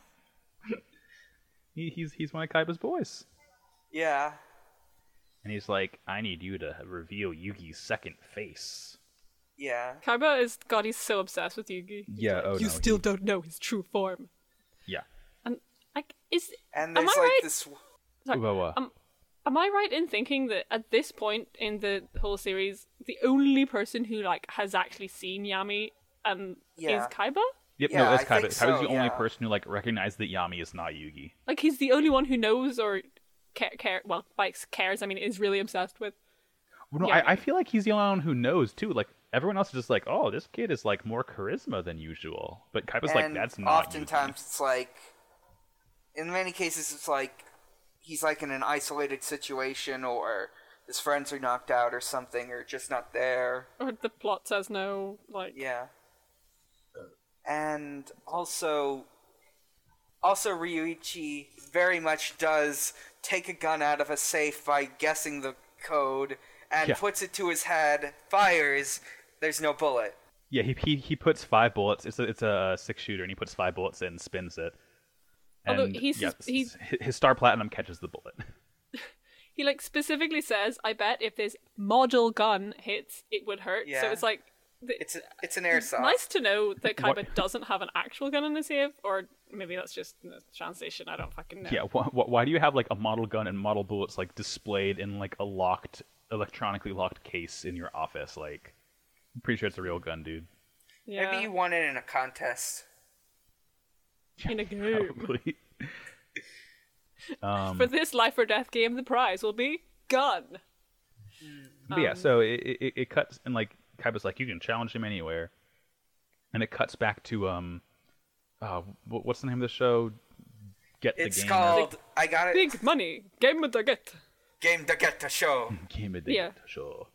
he, he's he's one of Kaiba's boys. Yeah. And he's like, I need you to reveal Yugi's second face. Yeah. kaiba is god he's so obsessed with yugi He's Yeah, like, oh you no, still he- don't know his true form Yeah. and like is And Am there's like I right? this. Sorry, Well, uh, um, am I right in thinking that at this point in the whole series, the only person who like has actually seen Yami um Yeah. is Kaiba? Yep, yeah, no, I that's Kaiba. think Kaiba's so, the only yeah. person who like recognized that Yami is not Yugi. Like he's the only one who knows or care, care well, by cares. I mean, is really obsessed with. Well, no, Yami. I, I feel like he's the only one who knows too. Like everyone else is just like, oh, this kid is like more charisma than usual. But Kaiba's like, and that's not. oftentimes it's like, in many cases, it's like he's like in an isolated situation, or his friends are knocked out, or something, or just not there. Or the plot says no. Like Yeah. And also, also Ryuichi very much does take a gun out of a safe by guessing the code and Yeah. puts it to his head, fires. There's no bullet. Yeah, he, he he puts five bullets. It's a it's a six shooter, and he puts five bullets in, spins it. Although And, he's- yeah, he's- his, his star platinum catches the bullet. he like specifically says, "I bet if this model gun hits, it would hurt." So Yeah. it's like. th- It's a, it's an airsoft. Nice to know that What- Kaiba doesn't have an actual gun in the safe, or maybe that's just in the translation. I don't fucking know. Yeah, wh- wh- why do you have like a model gun and model bullets like displayed in like a locked electronically locked case in your office. Like, I'm pretty sure it's a real gun, dude. Yeah. Maybe you won it in a contest. in a game. Probably. um, For this life or death game, the prize will be gun. But Um, yeah, so it, it, it- it cuts and like Kaiba's like, you can challenge him anywhere, and it cuts back to um, uh, wh- what's the name of the show? Get It's the game called I got it. Big money game of the get. Game to get to show. game of the Yeah. sure.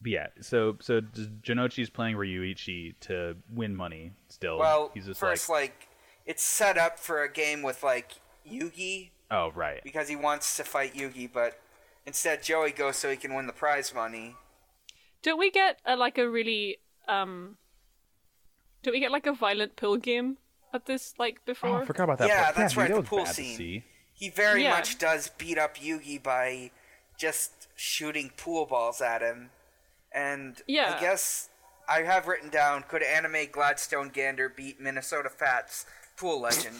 But yeah, so so Janochi's playing Ryuichi to win money. Still, Well, Oh, he's just first, like... it's set up for a game with like Yugi oh right, because he wants to fight Yugi, but instead Joey goes so he can win the prize money. Don't we get a, like a really um? Don't we get like a violent pill game at this like oh, before? I forgot about that. Yeah, part. that's dude, right, that the was pool bad to scene. see. He very Yeah. much does beat up Yugi by just shooting pool balls at him. And Yeah. I guess I have written down could anime Gladstone Gander beat Minnesota Fats pool legend?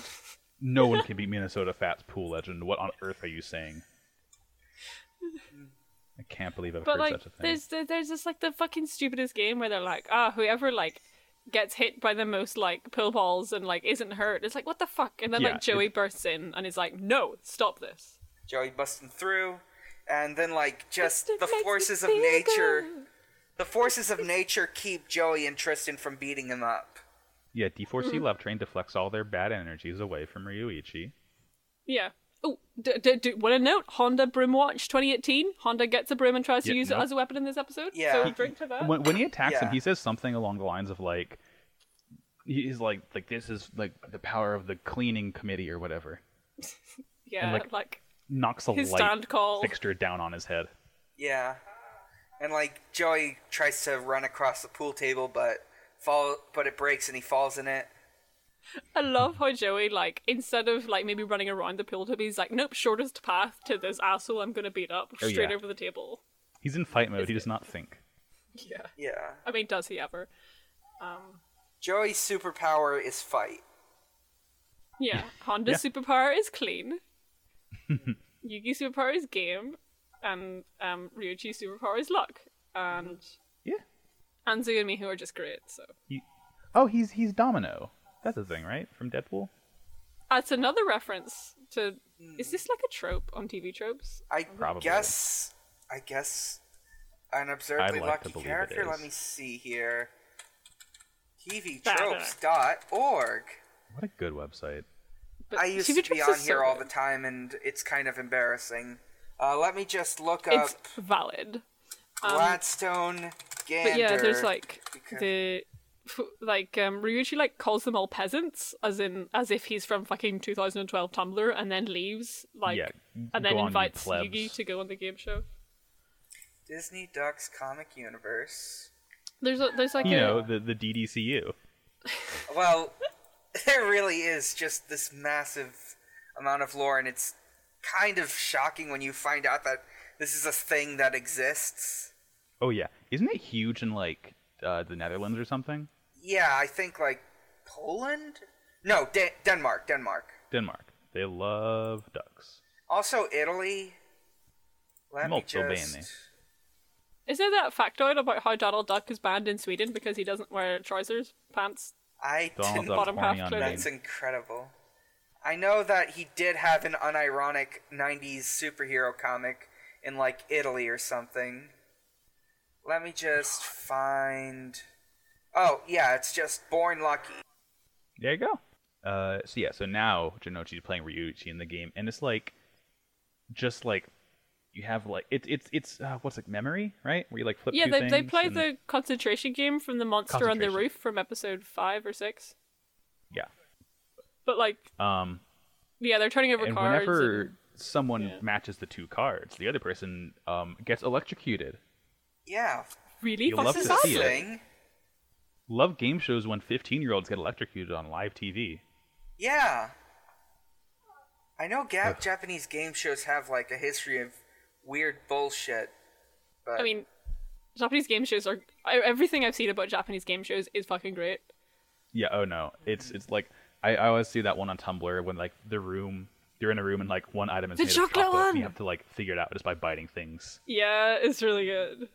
No one can beat Minnesota Fats pool legend. What on earth are you saying? I can't believe I've But heard like, such a thing. there's there- there's this like the fucking stupidest game where they're like, ah, whoever like gets hit by the most like pill balls and like isn't hurt. It's like what the fuck? And then Yeah, like Joey bursts in and is like, no, stop this. Joey busting through. And then, like, just It the makes me forces of feel nature. good. The forces of nature keep Joey and Tristan from beating him up. Yeah, Mm-hmm. D4C Love Train deflects all their bad energies away from Ryuichi. Yeah. Oh, d- d- d- want to note Honda Brim Watch 2018. Honda gets a brim and tries to Yeah, use no. it as a weapon in this episode. Yeah. So drink to that. When, when he attacks him, Yeah. he says something along the lines of like, he's like, like this is like the power of the cleaning committee or whatever. yeah. like, Like, Knocks a his light stand call. fixture down on his head. Yeah. And, like, Joey tries to run across the pool table, but fall, but it breaks and he falls in it. I love how Joey like instead of like maybe running around the pool table, he's like, nope, shortest path to this asshole I'm gonna beat up Oh, straight yeah. over the table. He's in fight mode. He does not think. Yeah. Yeah. I mean, does he ever? Um. Joey's superpower is fight. Yeah. Honda's superpower is clean. Yugi's superpower is game, and um, Ryuchi's superpower is luck, and Yeah. Anzu and Miho are just great. So. He, oh, he's he's Domino. That's the thing, right? From Deadpool. That's another reference to. Hmm. Is this like a trope on TV tropes? I Probably. guess. I guess. An absurdly I'd like to lucky believe it character. is. Let me see here. Ba-da-da. TVtropes.org. What a good website. But I used TV to be tropes on is so here all the good. time, and it's kind of embarrassing. Uh, let me just look up It's valid. Um, Gladstone Gander. but yeah, there's like because- the f- like um Ryuichi like calls them all peasants as in as if he's from fucking 2012 Tumblr and then leaves like yeah. and then go on, you invites plebs. Yugi to go on the game show. Disney Ducks Comic Universe. There's a, there's like You a, know the the DDCU. Well, there really is just this massive amount of lore, and it's kind of shocking when you find out that this is a thing that exists. Oh yeah, isn't it huge in like uh, the Netherlands or something? Yeah, I think like Poland? No, De- Denmark, Denmark. Denmark. They love ducks. Also Italy. Let me Molto just... bene. is there that factoid about how Donald Duck is banned in Sweden because he doesn't wear trousers pants? I Donald didn't... Duck's Bottom horny half on clothing. me. That's incredible. I know that he did have an unironic 90s superhero comic in like Italy or something. Let me just find. Oh, yeah, it's just Born Lucky. There you go. Uh, so yeah, so now Jinochi's playing Ryuichi in the game, and it's like, just like, you have like it's it's it's uh, what's it memory right where you like flip. yeah, two they they things play and- the concentration game from the monster on the Concentration. roof from episode five or six. yeah. But like, Um, yeah, they're turning over and cards. whenever and- someone yeah. matches the two cards, the other person um gets electrocuted. Yeah, really, You'll love Fucking to awesome. see it. thing. Love game shows when fifteen year olds get electrocuted on live TV. Yeah. I know Gap Japanese game shows have like a history of weird bullshit. But I mean, Japanese game shows are I- everything I've seen about Japanese game shows is fucking great. Yeah. Oh no. It's it's like I, I always see that one on Tumblr when like the room you're in a room and like one item is The made chocolate of chocolate. and one! You have to like figure it out just by biting things. Yeah, it's really good.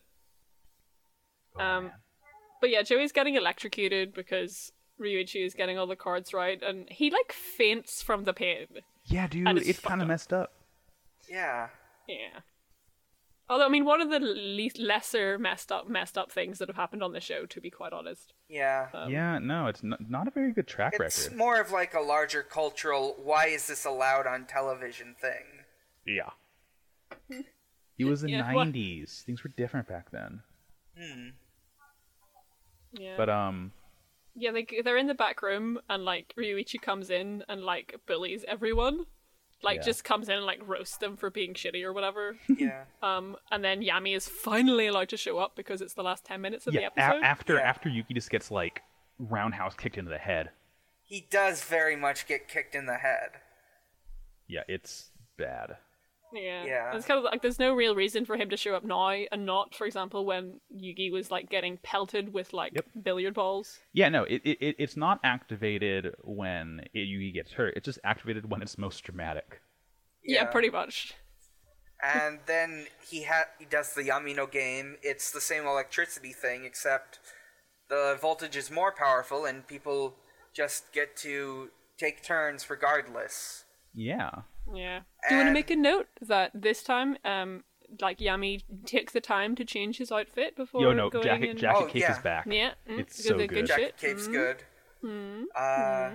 Oh, Um, man. But yeah, Joey's getting electrocuted because Ryuichi is getting all the cards right, and he like faints from the pain. yeah, dude, and it's it's fucked kind of up. messed up. Yeah. Yeah. Although I mean, one of the le- lesser messed up, messed up things that have happened on the show, to be quite honest. Yeah. Um, yeah, no, it's not, not a very good track It's record. more of like a larger cultural why is this allowed on television thing. Yeah. It was the Yeah, what- 90s. Things were different back then. Hmm. Yeah. But um Yeah, they they're in the back room, and like Ryuichi comes in and like bullies everyone, like Yeah. just comes in and like roasts them for being shitty or whatever. Yeah. Um, and then Yami is finally allowed to show up because it's the last ten minutes of yeah, the a- episode. after Yeah. after Yuki just gets like roundhouse kicked into the head. he does very much get kicked in the head. Yeah, it's bad. yeah, Yeah. And it's kind of like there's no real reason for him to show up now, and not, for example, when Yugi was like getting pelted with like Yep. billiard balls. Yeah, no, it, it it- it's not activated when it, Yuki gets hurt. It's just activated when it's most dramatic. yeah pretty much. And then he ha- he does the Yamino game. It's the same electricity thing, except the voltage is more powerful, and people just get to take turns regardless. Yeah. Yeah. Do you want to And- make a note that this time, um, like Yami takes the time to change his outfit before Yo, no, going jacket in? jacket Oh, case yeah. is back. Yeah, mm, it's good- so the good. good Jacket shit. Cape's good. Uh,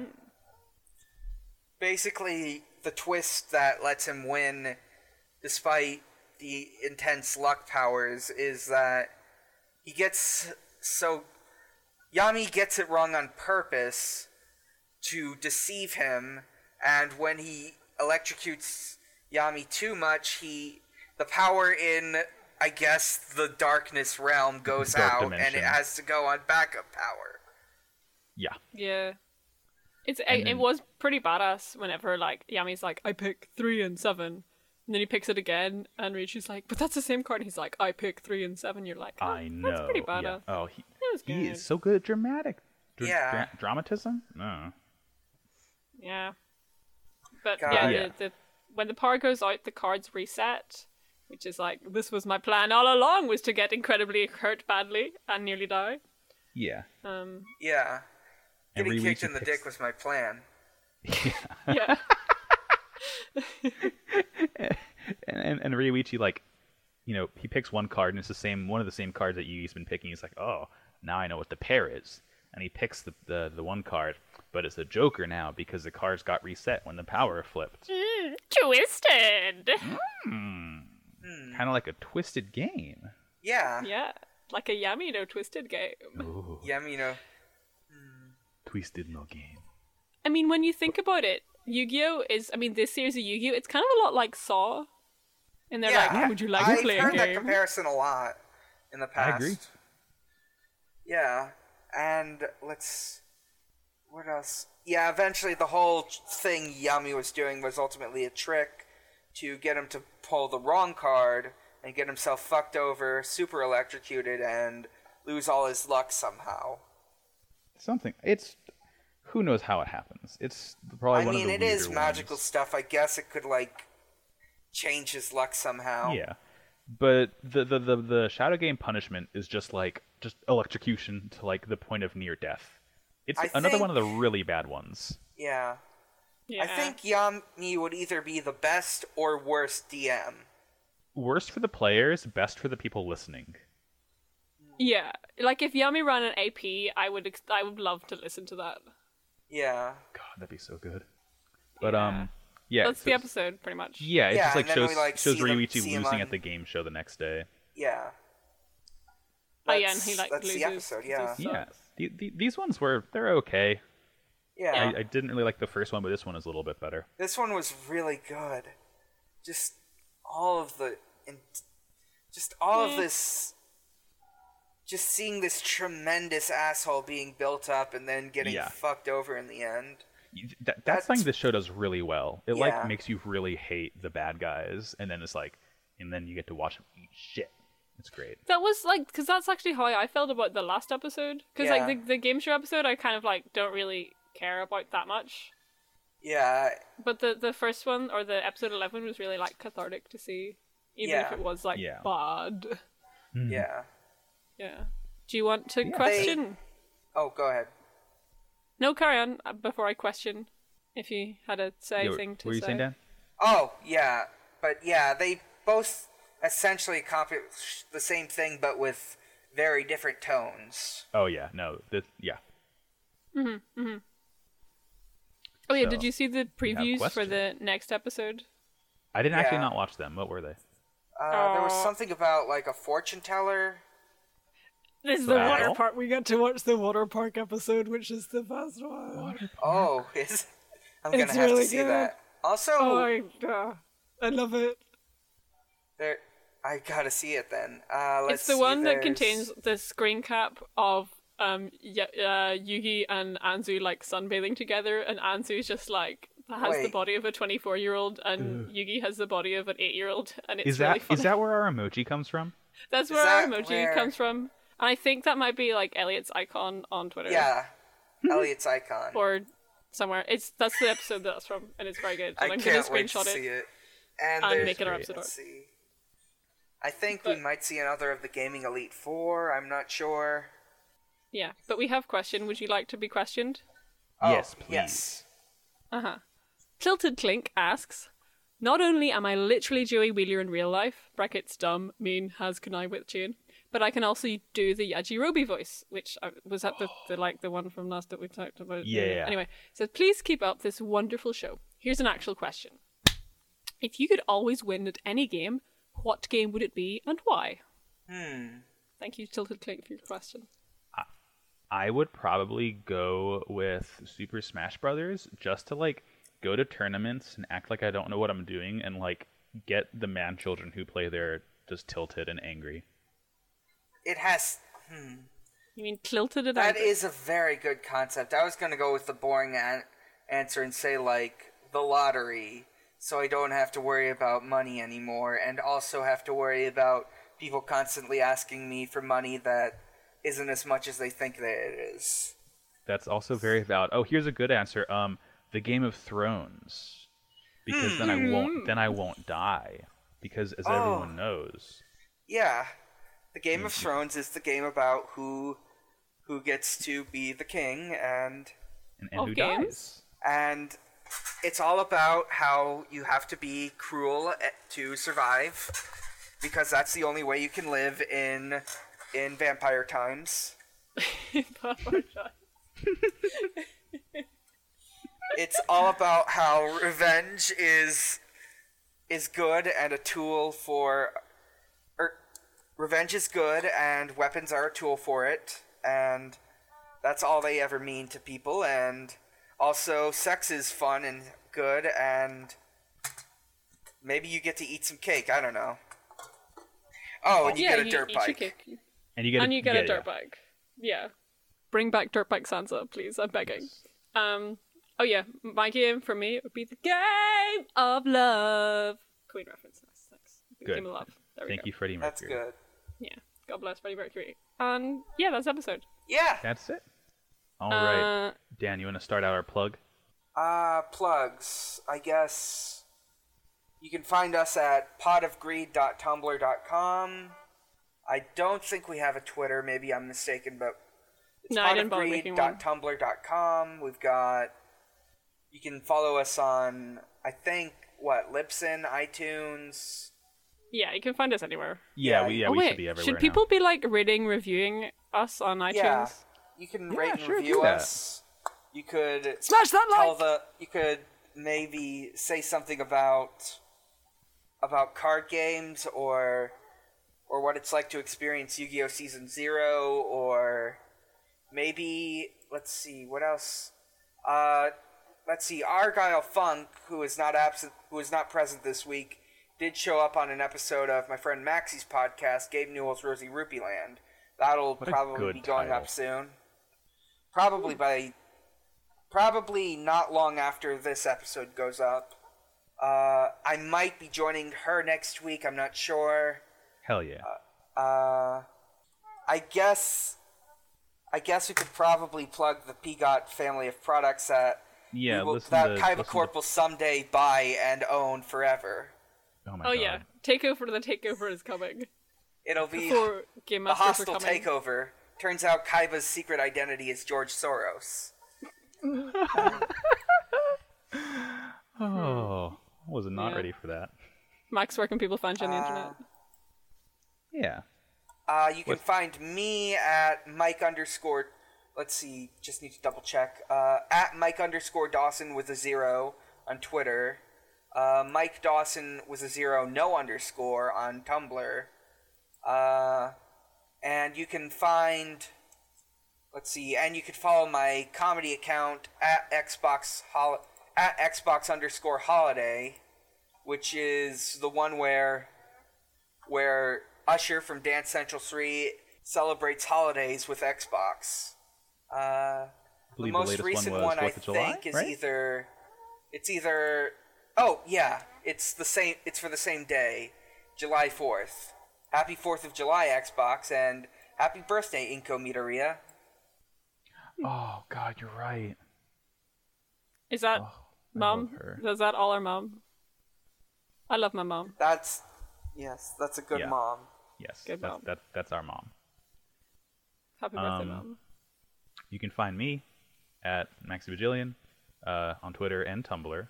Basically, the twist that lets him win, despite the intense luck powers, is that he gets so. Yami gets it wrong on purpose to deceive him, and when he electrocutes Yami too much, he. The power in, I guess, the darkness realm goes Dark out, and dimension. it has to go on backup power. Yeah. Yeah. It's And it, it then- was pretty badass whenever like Yami's like, I pick three and seven and then he picks it again and Ryuichi's like, But that's the same card and he's like, I pick three and seven, you're like, oh, I know. That's pretty yeah. badass. Oh, he, That was he good. is so good at dramatic. Dra- Yeah. dra- dramatism? No. Yeah. But God. yeah, Yeah. The, the, when the power goes out the cards reset. Which is like this was my plan all along was to get incredibly hurt badly and nearly die. Yeah. Um Yeah. Getting Every kicked week in he the dick was my plan. yeah. and and, and Ryuichi like, you know, he picks one card and it's the same one of the same cards that Yugi's been picking. He's like, oh, now I know what the pair is, and he picks the the, the one card, but it's a Joker now because the cards got reset when the power flipped. Twisted. Hmm. Kind of like a twisted game. Yeah. Yeah. Like a Yami no twisted game. Ooh, Yeah, I mean, you know, twisted no game. I mean, when you think about it, Yu-Gi-Oh is. I mean, this series of Yu-Gi-Oh, it's kind of a lot like Saw. And they're yeah. like, "Would you like I've to play heard a that game?" comparison a lot in the past. agree. Yeah, and let's. What else? Yeah, eventually the whole thing Yami was doing was ultimately a trick to get him to pull the wrong card and get himself fucked over, super electrocuted, and lose all his luck somehow. Something. It's who knows how it happens. It's probably I one mean, of it the is weirder magical ones. stuff. I guess it could like change his luck somehow. Yeah. But the, the the the shadow game punishment is just like just electrocution to like the point of near death. It's I another one of think- the really bad ones. Yeah. Yeah. I think Yami would either be the best or worst DM. Worst for the players, best for the people listening. Yeah, like if Yami ran an AP, I would. Ex- I would love to listen to that. Yeah. God, that'd be so good. But Yeah. um, yeah, That's the it's- episode, pretty much. Yeah, it Yeah, just like and then we, shows like, shows see them- Ryuichi see him losing on- at the game show the next day. Yeah. oh yeah, and That's- he like that's loses. the episode. 'cause he Yeah. sucks. Yeah, the, the, these ones were they're okay. Yeah. I, I didn't really like the first one, but this one is a little bit better. This one was really good. Just all of the and just all of Yeah. this just seeing this tremendous asshole being built up and then getting Yeah. fucked over in the end. You- That, that's, That's- something this show does really well. It like Yeah. makes you really hate the bad guys, and then it's like, and then you get to watch them eat shit. It's great. That was like because that's actually how I felt about the last episode. Because Yeah. like the the game show episode, I kind of like don't really care about that much. Yeah, But the the first one or the episode eleven was really like cathartic to see, even if Yeah. it was like Yeah. bad. Mm-hmm. yeah. Yeah. Do you want to question? Oh, go ahead. No, carry on uh, before I question. If you had a say Yeah, thing to were you say. saying, Dan? Oh, yeah. But yeah, they both essentially accomplish the same thing, but with very different tones. Oh yeah, no, this yeah. Mm-hmm, Oh yeah, So, did you see the previews for question. the next episode? I didn't actually Yeah. not watch them. What were they? Uh, There was Aw. something about like a fortune teller. This is the Wow. water part. We got to watch the water park episode, which is the best one. Oh, is I'm It's gonna have really to see good. that. Also, Oh, I, uh, I love it. there. I gotta see it then. Uh, let's It's the see, one that there's- contains the screen cap of um y- uh, Yugi and Anzu like sunbathing together, and Anzu's just like has the Wait. body of a twenty four year old, and Yugi has the body of an eight year old, and it's Is really that funny. is that where our emoji comes from? That's Is where our that emoji where- comes from. And I think that might be like Elliot's icon on Twitter. Yeah, Elliot's icon. Hmm. Or somewhere. It's that's the episode that's from and it's very good. I And am can't gonna wait screenshot to see it. it. And and there's- make it our episode let's art. see. I think But- we might see another of the Gaming Elite Four. I'm not sure. Yeah. But we have question. Would you like to be questioned? Oh, yes, please. Yes. Uh-huh. Tilted Clink asks Not only am I literally Joey Wheeler in real life, brackets dumb, mean, has kunai with chain, but I can also do the Yajirobe voice, which I, was that the, the like the one from last that we talked about. Yeah. Anyway, so please keep up this wonderful show. Here's an actual question: If you could always win at any game, what game would it be and why? Hmm. Thank you, Tilted Clink, for your question. I would probably go with Super Smash Brothers just to like go to tournaments and act like I don't know what I'm doing and like get the man children who play there just tilted and angry. It has. Hmm. You mean tilted at That either? is a very good concept. I was going to go with the boring an- answer and say, like, the lottery, so I don't have to worry about money anymore, and also have to worry about people constantly asking me for money that isn't as much as they think that it is. That's also very valid. Oh, here's a good answer. Um the Game of Thrones. Because then Hmm. I won't then I won't die. Because as Oh. everyone knows, Yeah. The Game of Thrones is the game about who who gets to be the king and and, and Of who Oh, games? dies. and it's all about how you have to be cruel eh, to survive because that's the only way you can live in in vampire times it's all about how revenge is is good and a tool for er, revenge is good and weapons are a tool for it and that's all they ever mean to people and also sex is fun and good and maybe you get to eat some cake i don't know oh and you yeah, get a dirt eat your bike cake. And you get and a, you get yeah, a yeah. dirt bike. Yeah. Bring back dirt bike Sansa, please. I'm begging. Um. Oh yeah, my game for me would be the game of love. Queen reference. Nice. Thanks. The Good. Game of love. There we Thank go. you, Freddie that's Mercury. good Yeah. God bless Freddie Mercury. And yeah, that's the episode. yeah That's it. All right, Uh, Dan, you want to start out our plug? Uh, plugs. I guess you can find us at potofgreed.tumblr.com. I don't think we have a Twitter. Maybe I'm mistaken, but it's No, I didn't bother making one. potofgreed.tumblr.com. We've got. You can follow us on, I think, what, Libsyn, iTunes. yeah, you can find us anywhere. Yeah, Yeah, we, yeah, oh, we wait, should be everywhere. should now. people be like rating, reviewing us on iTunes? Yeah. You can Yeah, rate and sure, do review that. us. You could Smash that tell like! the you could maybe say something about about card games or or what it's like to experience Yu-Gi-Oh season 0 or maybe let's see what else uh let's see Argyle Funk who is not absent who is not present this week did show up on an episode of my friend Maxie's podcast Gabe Newell's Rosie Rupeeland that'll a probably good be going title. up soon probably by probably not long after this episode goes up. Uh, I might be joining her next week. I'm not sure. Hell yeah. Uh, I guess I guess we could probably plug the Peagot family of products at yeah, we will, listen that to, Kaiba listen to- Corp will someday buy and own forever. Oh my Oh god. yeah, takeover to the takeover is coming. It'll be For Game a Masters are hostile coming. takeover. Turns out Kaiba's secret identity is George Soros. Hmm. Oh, I was not Yeah. ready for that. Max, where can people find you on the internet? Yeah. Uh, you can What- find me at Mike underscore. Let's see. Just need to double check. Uh, at Mike underscore Dawson with a zero on Twitter. Uh, Mike Dawson with a zero, no underscore on Tumblr. Uh, and you can find. Let's see. And you can follow my comedy account at Xbox hol- at Xbox underscore Holiday, which is the one where where Usher from Dance Central 3 celebrates holidays with Xbox. Uh, I believe the the, most latest recent one was I Fourth of July, think is right? either it's either oh yeah, it's the same it's for the same day, July 4th. Happy 4th of July Xbox and happy birthday Inco Midoriya. Hmm. Oh god, you're right. Is that Oh, I mom? love her. Is that all our mom? I love my mom. That's yes, that's a good Yeah. mom. Yes, Good that's, mom. that's that's our mom. Happy birthday, Um, mom. You can find me at Maxi Bajillion uh, on Twitter and Tumblr,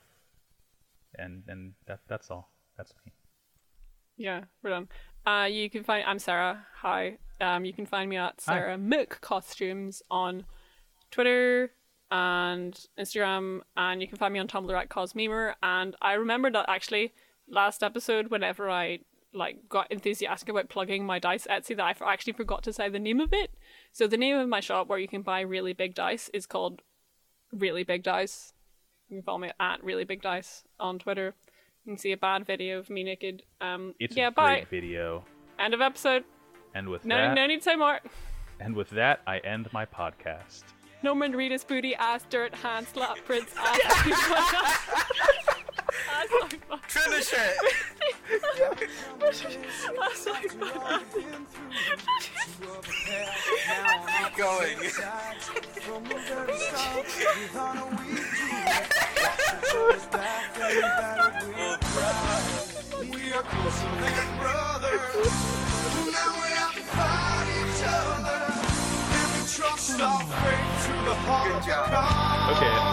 and and that that's all. That's me. Yeah, we're done. Uh, you can find I'm Sarah. Hi. Um, you can find me at Hi. Sarah Mick Costumes on Twitter and Instagram, and you can find me on Tumblr at Cosmemer. And I remember that actually last episode, whenever I like got enthusiastic about plugging my dice Etsy, that I f- actually forgot to say the name of it. So the name of my shop where you can buy really big dice is called Really Big Dice. You can follow me at Really Big Dice on Twitter. You can see a bad video of me naked. Um, It's yeah, a bye. great video. End of episode. And with No, that, no need to say more. and with that, I end my podcast. Norman Reedus booty ass dirt hand slap prince ass. ass like fuck. Finish it. Ass like fuck. Keep going. We are closer than brothers. Now we have to fight each other. And we trust our fate through the heart Good of job. God. Okay.